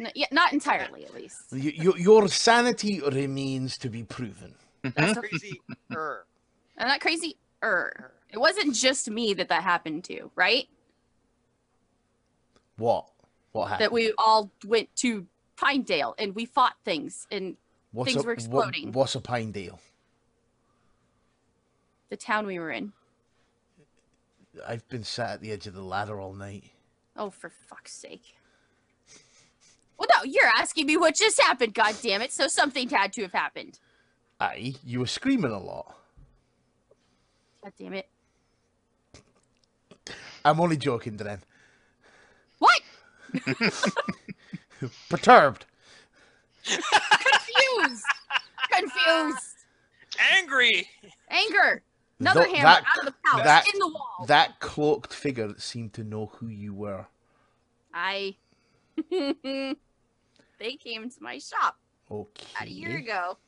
n- yeah, not entirely at least.
Y- y- your sanity remains to be proven.
Mm-hmm.
Mhm.
Crazy. Er.
I'm not crazy. Er, it wasn't just me that that happened to, right?
What? What happened?
That we all went to Pinedale and we fought things and
what's
things
a,
were
what-
exploding.
what's a pine deal?
the town we were in.
I've been sat at the edge of the ladder all night.
Oh, for fuck's sake! Well, no, you're asking me what just happened. God damn it! So something had to have happened.
Aye, you were screaming a lot.
God damn it!
I'm only joking, Dren.
What?
Perturbed.
Confused. Confused.
Angry.
Anger. Another
Tho-
hammer
that-
out of the pouch
that-
in the wall.
That cloaked figure seemed to know who you were.
I. they came to my shop
Okay.
about a year ago.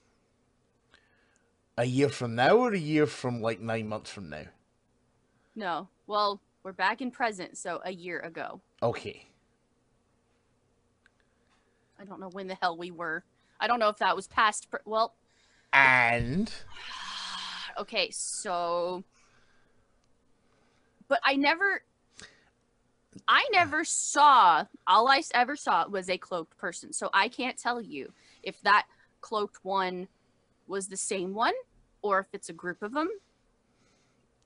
A year from now, or a year from like nine months from now?
No. Well, we're back in present, so a year ago.
Okay.
I don't know when the hell we were. I don't know if that was past. Pre- well,
And
okay, so. But I never. I never saw. All I s- ever saw was a cloaked person. So I can't tell you if that cloaked one was the same one or if it's a group of them.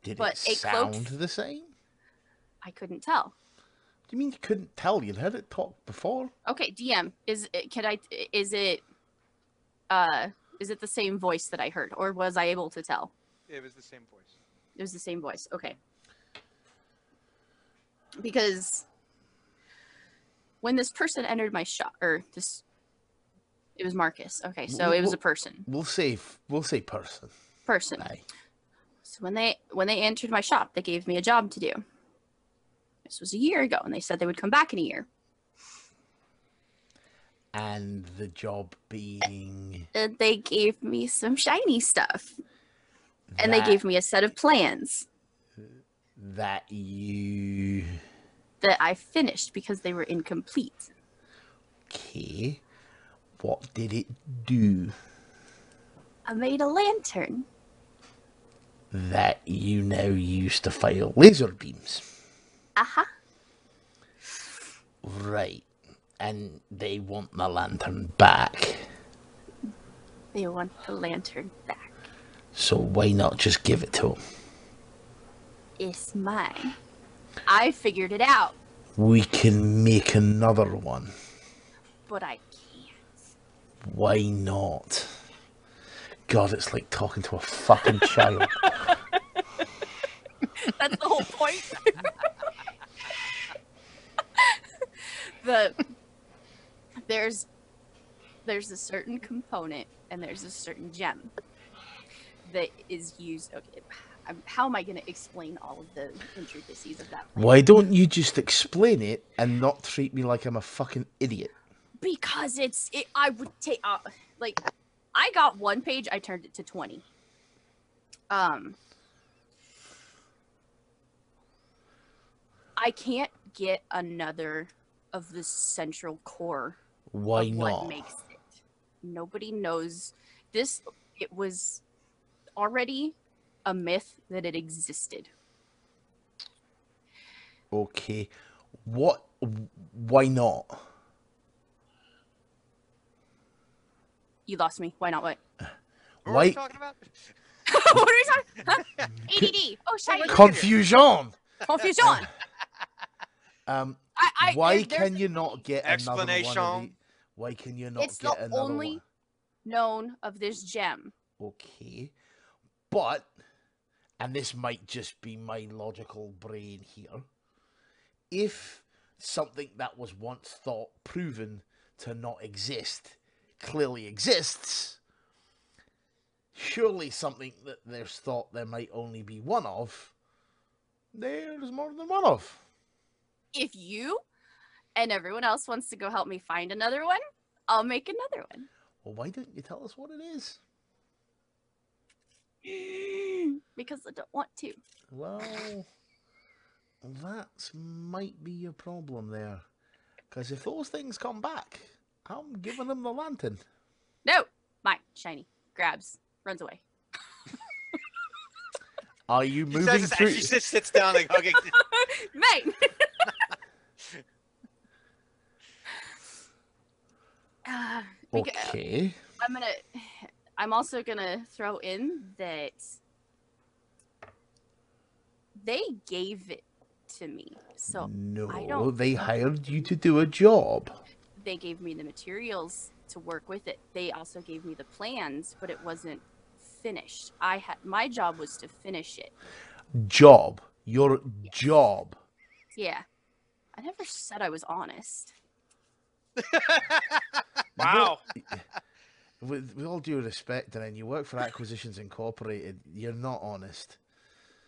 did
But
it
a cloaked-
sound the same?
I couldn't tell.
Do you mean you couldn't tell? You'd heard it talk before.
Okay, DM, is it, can I? Is it? Uh, is it the same voice that I heard, or was I able to tell?
It was the same voice.
It was the same voice. Okay. Because when this person entered my shop, or this, it was Marcus. Okay, so it was a
Wh-
person.
We'll say we'll say person.
Person.
Aye.
So when they when they entered my shop, they gave me a job to do. This was a year ago, and they said they would come back in a year.
and the job being
And they gave me some shiny stuff, and
that-
they gave me a set of plans
that you
that I finished because they were incomplete.
okay what did it do
I made a lantern.
that you now use to fire laser beams
Aha.
right and they want the lantern back
They want the lantern back.
so why not just give it to them
It's mine. I figured it out,
we can make another one
but I can't.
why not god it's like talking to a fucking child
That's the whole point. the there's there's a certain component and there's a certain gem that is used. Okay, I'm, how am I going to explain all of the intricacies of that? plan?
Why don't you just explain it and not treat me like I'm a fucking idiot?
Because it's it. I would take uh, like I got one page. I turned it to twenty. Um, I can't get another of the central core
Why
of
not?
what makes it. Nobody knows this. It was already a myth that it existed.
Okay. What? Why not?
You lost me. Why not? What?
What are we
Why
talking about?
what are you talking? Huh? ADD. Oh, shiny.
confusion?
Confusion.
Um,
I, I,
why
there- there's
can
a
you not get Another one of
Explanation.
the- why can you not
It's the
get another
only-
one?
known of this gem.
Okay, but and this might just be my logical brain here. If something that was once thought proven to not exist clearly exists, surely something that there's thought there might only be one of, there's more than one of.
If you and everyone else wants to go help me find another one, I'll make another one.
Well, why don't you tell us what it is?
because I don't want to.
Well, that might be your problem there. Because if those things come back, I'm giving them the lantern.
No, mine, shiny, grabs, runs away.
Are you
She says
moving
this,
through?
and she just sits down like hugging.
Mate. uh, beca-
Okay.
I'm gonna. I'm also gonna throw in that they gave it to me, so
No,
don't
they hired you to do a job.
they gave me the materials to work with it. They also gave me the plans, but it wasn't finished. I had my job was to finish it.
Job. Your job.
Yeah, I never said I was honest.
Wow.
With, with all due respect, and you work for Acquisitions Incorporated, you're not honest.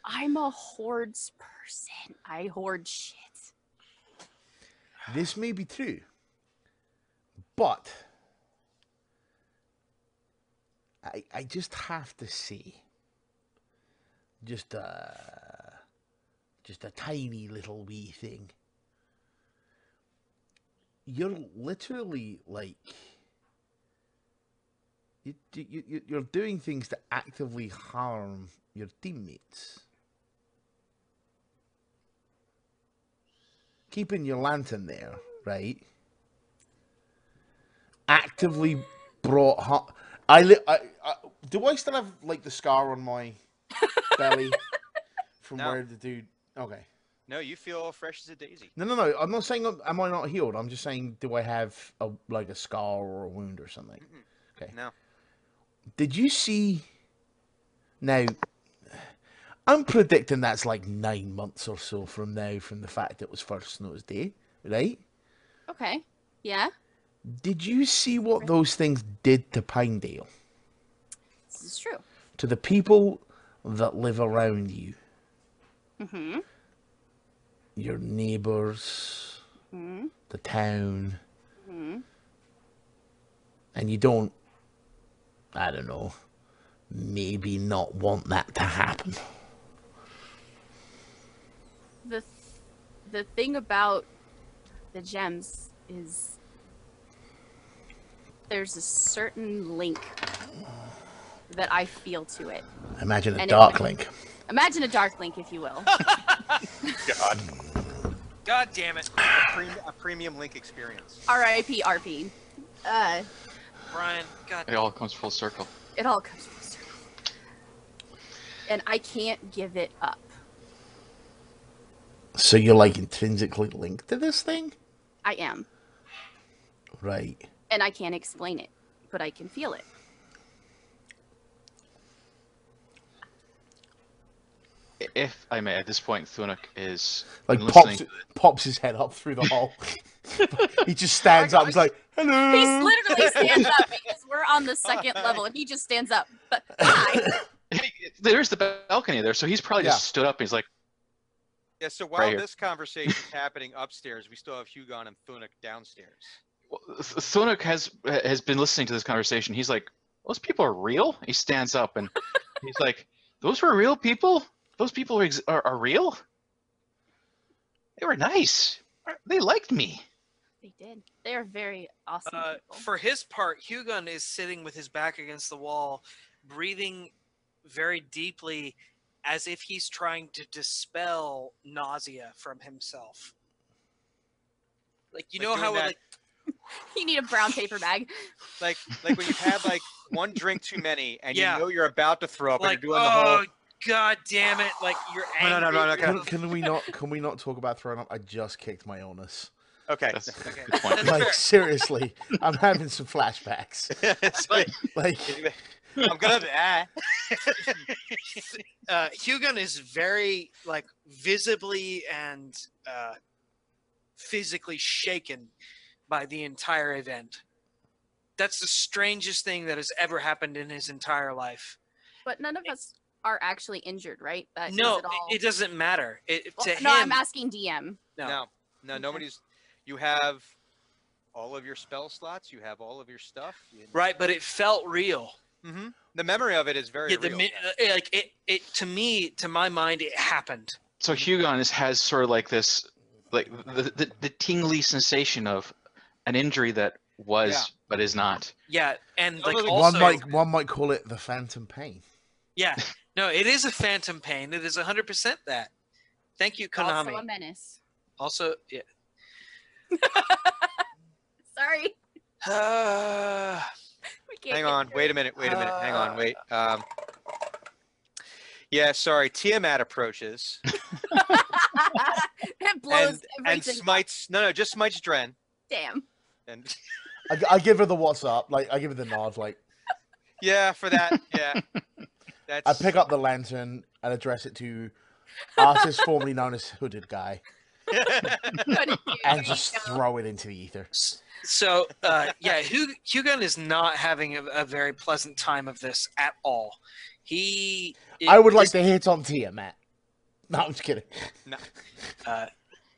I'm a hoards person. I hoard shit.
This may be true, but I I just have to say, just a just a tiny little wee thing. You're literally like you, you, you- you're doing things to actively harm your teammates. keeping your lantern there, right? Actively brought hot. I, li- I, I do I still have like the scar on my belly from
No.
where the dude? Okay,
no, you feel fresh as a daisy.
no, no, no. I'm not saying I'm- am I not healed. I'm just saying do I have a like a scar or a wound or something?
No.
Did you see? Now, I'm predicting that's like nine months or so from now, from the fact it was first snow's day, right?
Okay. Yeah.
Did you see what those things did to Pinedale?
This is true.
To the people that live around you?
Mm-hmm.
Your neighbours,
Mhm.
the town,
Mhm.
and you don't, I don't know, maybe not want that to happen.
The th- the thing about the gems is there's a certain link that I feel to it.
Imagine a
And it
dark
would-
link.
Imagine a dark link, if you will.
God.
God damn it,
A, prem- a premium link experience.
R.I.P. RP. Uh,
Brian. God.
It all comes full circle.
it all comes full circle. And I can't give it up.
So you're like intrinsically linked to this thing?
I am,
Right.
and I can't explain it, but I can feel it.
I- If I may, at this point, Thunuk is
Like
been
pops,
listening.
pops his head up through the hole. he just stands up. He's like, Hello.
He literally stands up because we're on the second level, and he just stands up. But hi.
There's the balcony there, so he's probably
Yeah.
just stood up and he's like,
Yeah, so while
Right here.
this conversation is happening upstairs, we still have Hugon and Thunic downstairs.
well, Th- Thunuk has has been listening to this conversation. He's like, those people are real. He stands up and he's like, those were real people. Those people are, ex- are, are real. They were nice. They liked me.
They did. They are very awesome.
Uh,
people.
for his part, Hugon is sitting with his back against the wall, breathing very deeply as if he's trying to dispel nausea from himself. Like you
Like
know
doing
how
that-
like
you need a brown paper bag.
Like like when you've had like one drink too many and
Yeah.
you know you're about to throw up
like
and you're doing the
oh
whole
god damn it like you're
No,
angry.
no, no, no,
you're-
okay.
Can, can we not? Can we not talk about throwing up? I just kicked my illness.
Okay.
That's a
Okay.
good point.
That's fair.
Like seriously, I'm having some flashbacks.
Like,
Like
I'm gonna ah.
uh, Hugon is very like visibly and uh, physically shaken by the entire event. That's the strangest thing that has ever happened in his entire life.
But none of us are actually injured, right? That
no,
is it
it,
all.
it doesn't matter. It,
Well,
to
no,
him,
I'm asking DM.
no.
No, no,
Okay.
nobody's. You have all of your spell slots. You have all of your stuff. You,
right, but it felt real.
hmm The memory of it is very
Yeah, the
real.
mi- uh, like it, it to me, to my mind, it happened.
So Hugon is, has sort of like this, like the, the, the tingly sensation of an injury that was
Yeah. but
but is not.
Yeah, and like
Totally.
also,
one might one might call it the phantom pain.
yeah, no, it is a phantom pain. It is 100 percent that. Thank you, Konami.
Also a menace.
Also, yeah.
Sorry,
Uh,
we can't.
Hang
get
on.
through
Wait
it.
a minute. Wait a minute. Hang
Uh,
on. Wait. Um. Yeah, sorry. Tiamat approaches
that blows
and, and
everything.
smites. No, no, just smites Dren.
Damn.
And
I, I give her the what's up. Like I give her the nod. Like
yeah, for that. Yeah, that's.
I pick up the lantern and address it to artist formerly known as Hooded Guy,
What did you-
and
there
just
you go.
throw it into the ether.
s- so, uh, yeah, Hug- Hugon is not having a, a very pleasant time of this at all. He,
I would like to hit on Tiamat. No, I'm just kidding.
Uh,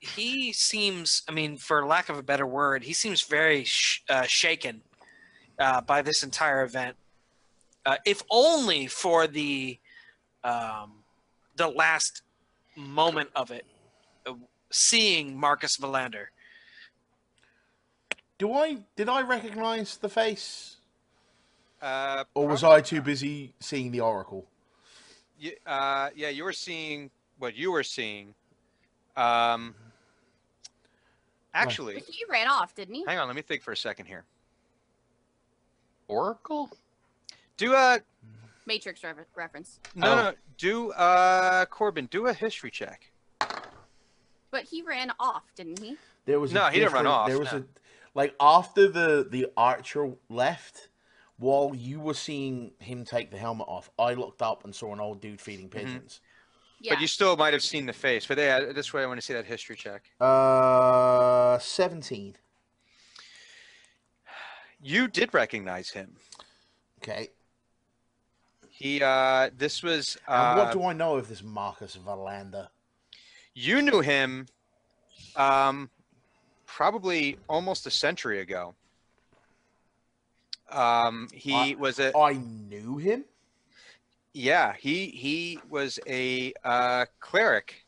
he seems, I mean, for lack of a better word, he seems very sh- uh, shaken uh, by this entire event. Uh, if only for the um, the last moment of it, uh, seeing Marcus Valander.
Do I did I recognize the face,
Uh,
or was I too busy seeing the Oracle?
y- uh, yeah, you were seeing what you were seeing. Um. Actually,
He ran off, didn't he?
Hang on, let me think for a second here.
Oracle?
Do a
Matrix re- reference.
no,
Oh.
no, do uh Corbin, do a history check.
But he ran off, didn't he?
There was a
No, he didn't run
different-
off,
There was
no.
a like after the the archer left, while you were seeing him take the helmet off, I looked up and saw an old dude feeding
Mm-hmm.
pigeons.
Yeah.
But you still might have seen the face. But yeah, this way I want to see that history check.
Uh, seventeen.
You did recognize him.
Okay.
He uh this was
And
uh
what do I know of this Marcus Valander?
you knew him um probably almost a century ago. Um he was a
I knew him.
Yeah, he he was a uh, cleric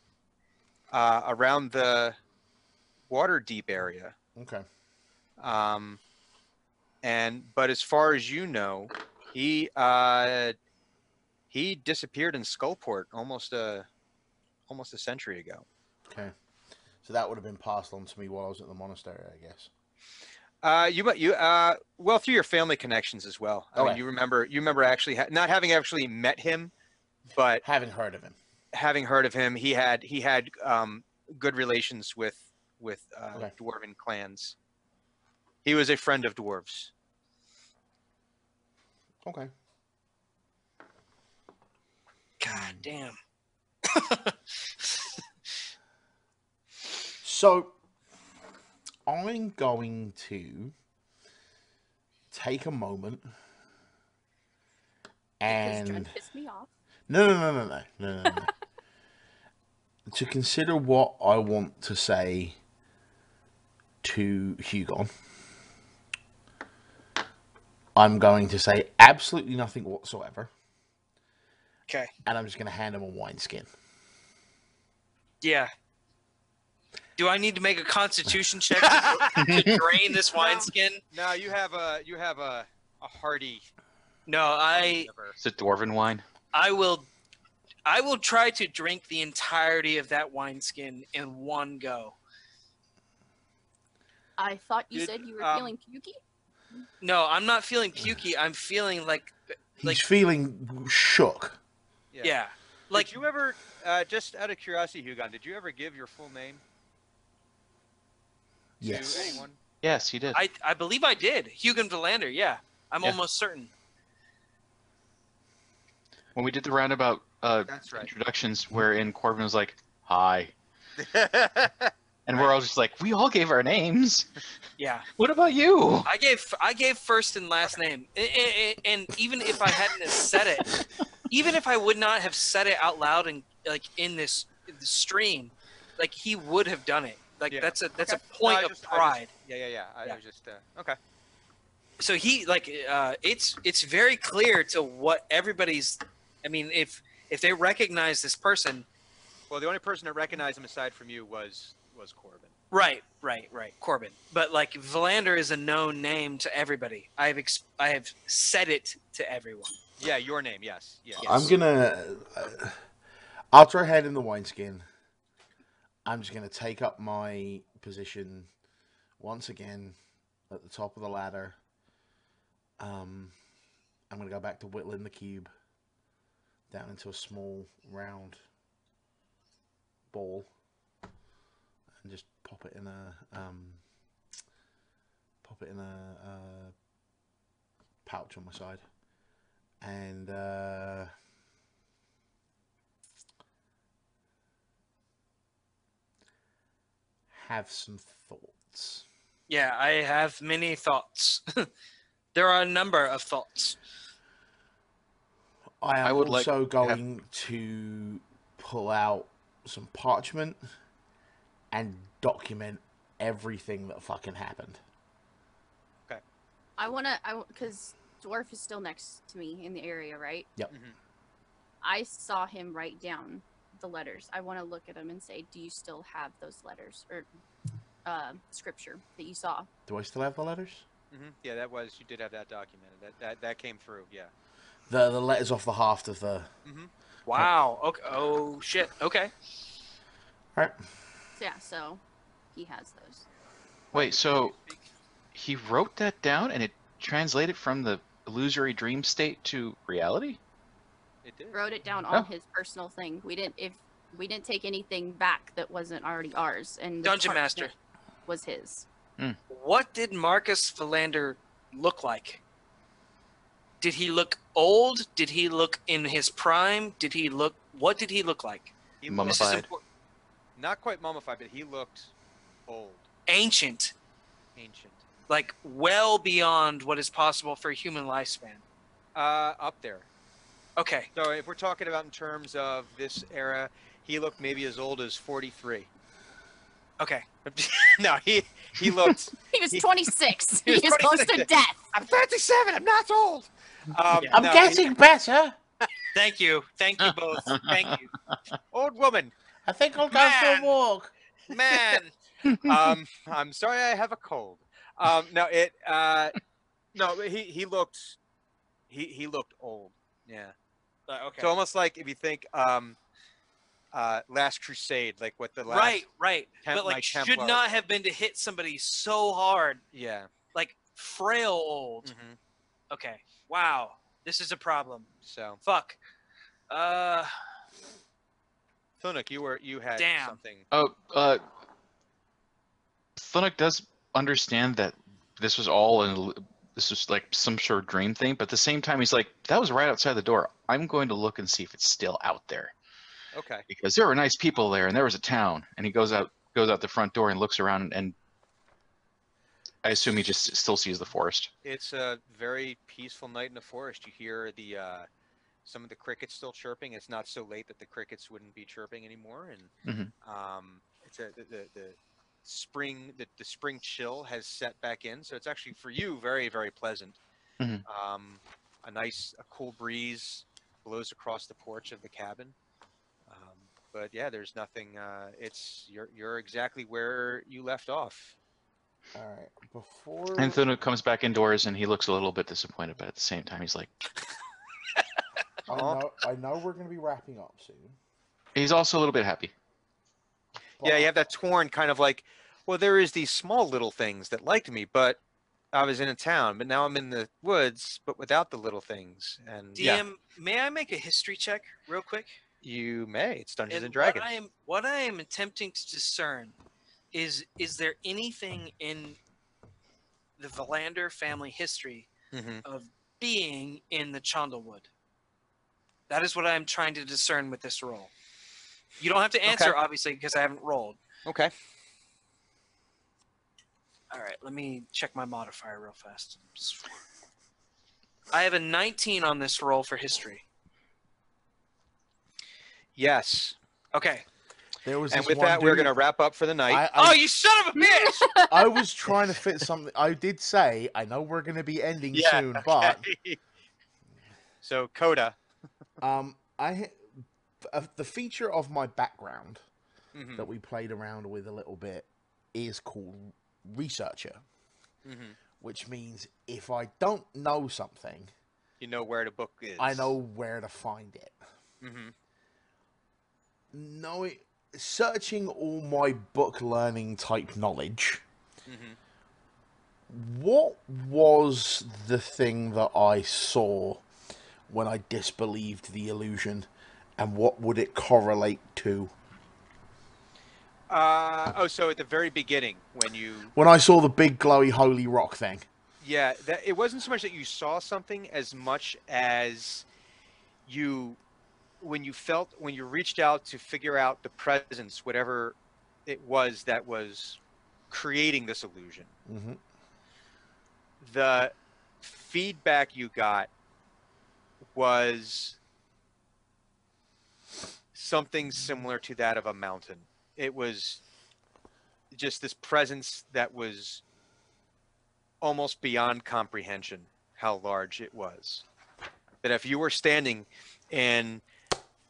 uh, around the Waterdeep area.
Okay.
Um, and but as far as you know, he uh, he disappeared in Skullport almost a almost a century ago.
Okay. So that would have been passed on to me while I was at the monastery, I guess.
Uh, you might- you uh, well through your family connections as well. I mean,
Okay.
you remember you remember actually ha- not having actually met him, but
Having heard of him.
having heard of him, he had he had um, good relations with with uh,
Okay.
dwarven clans. He was a friend of dwarves.
Okay.
God damn.
So I'm going to take a moment
Because
and
Dread pissed me off.
no, no, no, no, no, no, no, no. to consider what I want to say to Hugon, I'm going to say absolutely nothing whatsoever,
Okay.
and I'm just going to hand him a wineskin.
Yeah. Do I need to make a constitution check to, to drain this wineskin?
No, you have a you have a a hearty.
No, I
liver.
It's a dwarven wine.
I will I will try to drink the entirety of that wineskin in one go.
I thought you
Did,
said you were
um,
feeling pukey.
No, I'm not feeling pukey. I'm feeling like
He's
Like-
feeling shook.
yeah.
Like
Like
did you ever, uh, just out of curiosity, Hugon, did you ever give your full name to
Yes.
anyone?
Yes, he did.
I I believe I did. Hugon Valander, yeah. I'm
Yeah.
almost certain.
when we did the roundabout uh,
That's right.
introductions, wherein Corbin was like, "Hi," and we're all just like, "We all gave our names.
Yeah.
What about you?"
I gave I gave first and last name, A- a- a- and even if I hadn't have said it, even if I would not have said it out loud and like in this the stream, like he would have done it. Like
Yeah.
that's a that's
Okay.
a
No,
point
I
of
just- I just-
pride.
yeah, yeah, yeah. I
Yeah.
was just uh, okay.
so he like uh, it's it's very clear to what everybody's. I mean, if if they recognize this person,
Well, the only person that recognized him aside from you was was Corbin.
Right, right, right. Corbin. But like Valander is a known name to everybody. I have ex- I have said it to everyone.
Yeah, your name. Yes. Yeah.
Yeah.
I'm going to. Uh, after I hand him the wineskin, I'm just going to take up my position once again at the top of the ladder. Um, I'm going to go back to whittling the cube down into a small round ball and just pop it in a um, pop it in a, uh pouch on my side and uh, have some thoughts.
Yeah, I have many thoughts. there are a number of thoughts.
I am
I would like
also
to have-
going to pull out some parchment and document everything that fucking happened.
I wanna, I because dwarf is still next to me in the area, right?
Yep.
Mhm.
I saw him write down the letters. I want to look at him and say, "Do you still have those letters or uh, scripture that you saw?"
Do I still have the letters?
hmm Yeah, that was. You did have that documented. That that, that came through. Yeah.
The the letters off the half of the.
Wow. Okay. Oh shit. Okay.
All right.
So, yeah, so he has those.
Wait, so he wrote that down and it translated from the illusory dream state to reality?
It did.
Wrote it down on
Oh.
his personal thing. We didn't if we didn't take anything back that wasn't already ours. And the
Dungeon
parchment
Master.
was his.
What did Marcus Valander look like? Did he look old? Did he look in his prime? Did he look what did he look like?
He
This
looked,
is
Mummified.
important.
not quite mummified, but he looked old,
ancient.
ancient.
like well beyond what is possible for a human lifespan.
Uh, up there.
Okay,
So if we're talking about in terms of this era, he looked maybe as old as 43.
okay.
no, he he looked.
He was
He-
26.
he
he
was
was, close
26.
to death.
I'm 37. I'm not old. Um,
Yeah.
I'm
no, he-
getting better.
Thank you, thank you both. Thank you,
old woman.
I think I'll go for
Man.
a walk.
man.
um, I'm sorry, I have a cold. Um, no, it. Uh, no, he he looked. He he looked old. Yeah.
Uh, okay.
So almost like if you think um, uh, Last Crusade, like what the last.
right, right.
Temp-
but like,
like
should
Templar.
not have been to hit somebody so hard,
Yeah.
like frail old.
hmm
Okay. Wow, this is a problem.
So
Fuck. Uh,
Thunuk, you were you had
Damn.
something.
Oh, uh, Thunuk does understand that this was all an, illu- this was like some sort of dream thing, but at the same time, he's like, that was right outside the door. I'm going to look and see if it's still out there
Okay.
because there were nice people there and there was a town. And he goes out, goes out the front door and looks around and I assume he just s- still sees the forest.
It's a very peaceful night in the forest. You hear the uh, some of the crickets still chirping. It's not so late that the crickets wouldn't be chirping anymore, and um, it's a, the, the the spring the, the spring chill has set back in. So it's actually for you very very pleasant.
Mhm.
Um, a nice a cool breeze blows across the porch of the cabin. Um, but yeah, there's nothing. Uh, it's you're you're exactly where you left off.
All right. Before
Anthony comes back indoors and he looks a little bit disappointed, but at the same time, he's like,
I know, I know we're going to be wrapping up soon.
he's also a little bit happy.
Yeah,
but-
you have that torn kind of like, well, there is these small little things that liked me, but I was in a town, but now I'm in the woods, but without the little things. And
DM,
yeah,
may I make a history check real quick?
you may. It's Dungeons and,
And
Dragons.
What I am what I am attempting to discern is is there anything in the Valander family history
Mhm.
of being in the Chandlewood? That is what I am trying to discern with this roll. You don't have to answer, obviously, because I haven't rolled.
Okay.
All right, let me check my modifier real fast. I have a 19 on this roll for history.
Yes.
Okay.
There was
And
this
with
one
that, we're
dude-
going to wrap up for the night.
I,
oh,
I,
you son of a bitch!
I was trying to fit something. I did say I know we're going to be ending
Yeah,
soon, but
so, Coda.
um, I ha- uh, the feature of my background
Mhm,
that we played around with a little bit is called researcher,
mhm.
which means if I don't know something,
You know where the book is.
I know where to find it.
hmm
Know searching all my book learning type knowledge.
hmm
What was the thing that I saw when I disbelieved the illusion, and what would it correlate to?
Uh, oh, so at the very beginning, when you
When I saw the big glowy holy rock thing,
Yeah, that, it wasn't so much that you saw something as much as you, when you felt, when you reached out to figure out the presence, whatever it was that was creating this illusion,
mm-hmm.
the feedback you got was something similar to that of a mountain. It was just this presence that was almost beyond comprehension how large it was. That if you were standing in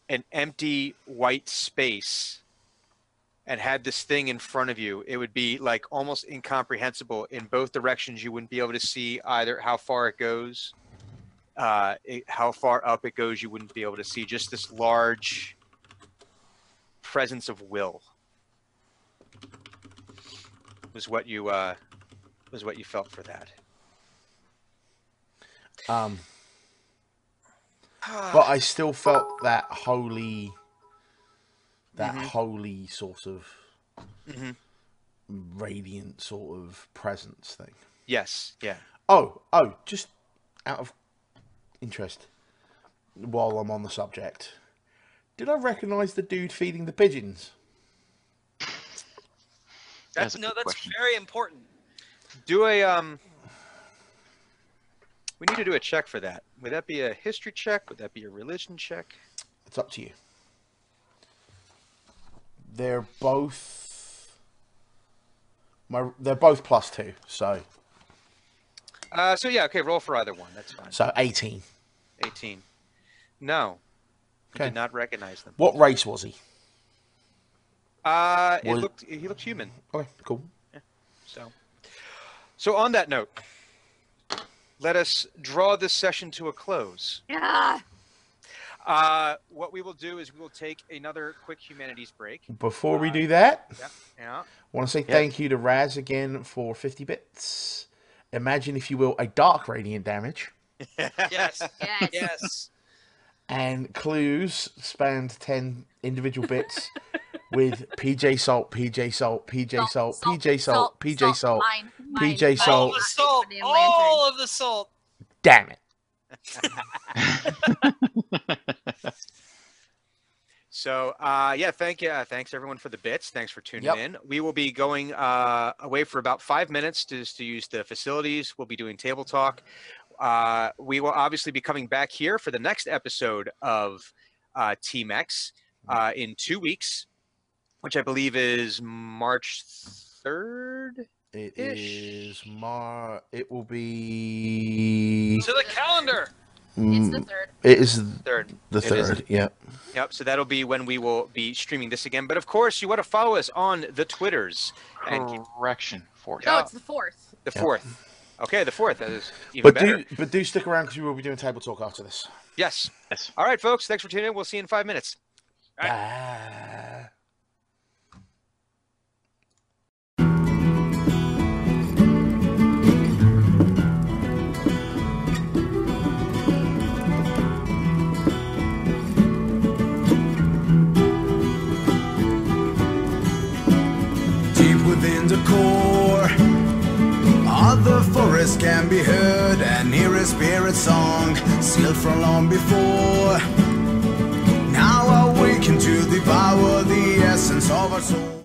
an empty white space and had this thing in front of you, it would be like almost incomprehensible in both directions. You wouldn't be able to see either how far it goes, uh, it, how far up it goes. You wouldn't be able to see just this large presence of will was what you uh, was what you felt for that.
um, but I still felt that holy, that
Mhm.
holy sort of
Mhm.
radiant sort of presence thing.
Yes. Yeah.
Oh, oh, just out of interest, while I'm on the subject, did I recognise the dude feeding the pigeons?
That's
That's,
a
no,
good
that's
question.
very important.
Do a um. We need to do a check for that. Would that be a history check? Would that be a religion check?
It's up to you. They're both my they're both plus two, so
Uh, so yeah, okay, roll for either one. That's fine.
so eighteen.
18. No, you
Okay.
did not recognize them.
What race was he?
Uh, it
Was-
looked he looked human.
Okay, cool.
So, so on that note, let us draw this session to a close.
Yeah.
Uh, what we will do is we will take another quick humanities break.
Before we do that,
Yeah.
I want to say thank you to Raz again for fifty bits. Imagine, if you will, a dark radiant damage.
Yes.
Yes.
yes.
and clues spanned 10 individual bits with PJ Salt, PJ Salt, PJ Salt, PJ Salt, PJ Salt.
mine,
PJ
mine,
salt.
All
mine,
the
mine,
salt.
goddamn lantern.
All of the salt.
Damn it.
I
So uh, yeah, thank you. Uh, thanks everyone for the bits. Thanks for tuning
Yep.
in. We will be going uh, away for about five minutes to, to use the facilities. We'll be doing table talk. Uh, we will obviously be coming back here for the next episode of uh, Team X uh, in two weeks, which I believe is March third.
It is
Ish.
Mar. It will be.
To the calendar.
It's
Mm,
the third.
It is
Third.
the
It is.
third. Yeah.
Yep. So that'll be when we will be streaming this again. But of course, you want to follow us on the Twitters and keep
Correction for
No,
Yeah.
it's the fourth.
the
Yep.
fourth. Okay, the fourth. That is even
But
better.
do but do stick around because we will be doing table talk after this.
Yes.
Yes.
All right, folks. Thanks for tuning in. We'll see you in five minutes.
Right.
Bye.
deep within the core. Other forests can be heard and hear a spirit song sealed from long before. Now awaken to devour the essence of our soul.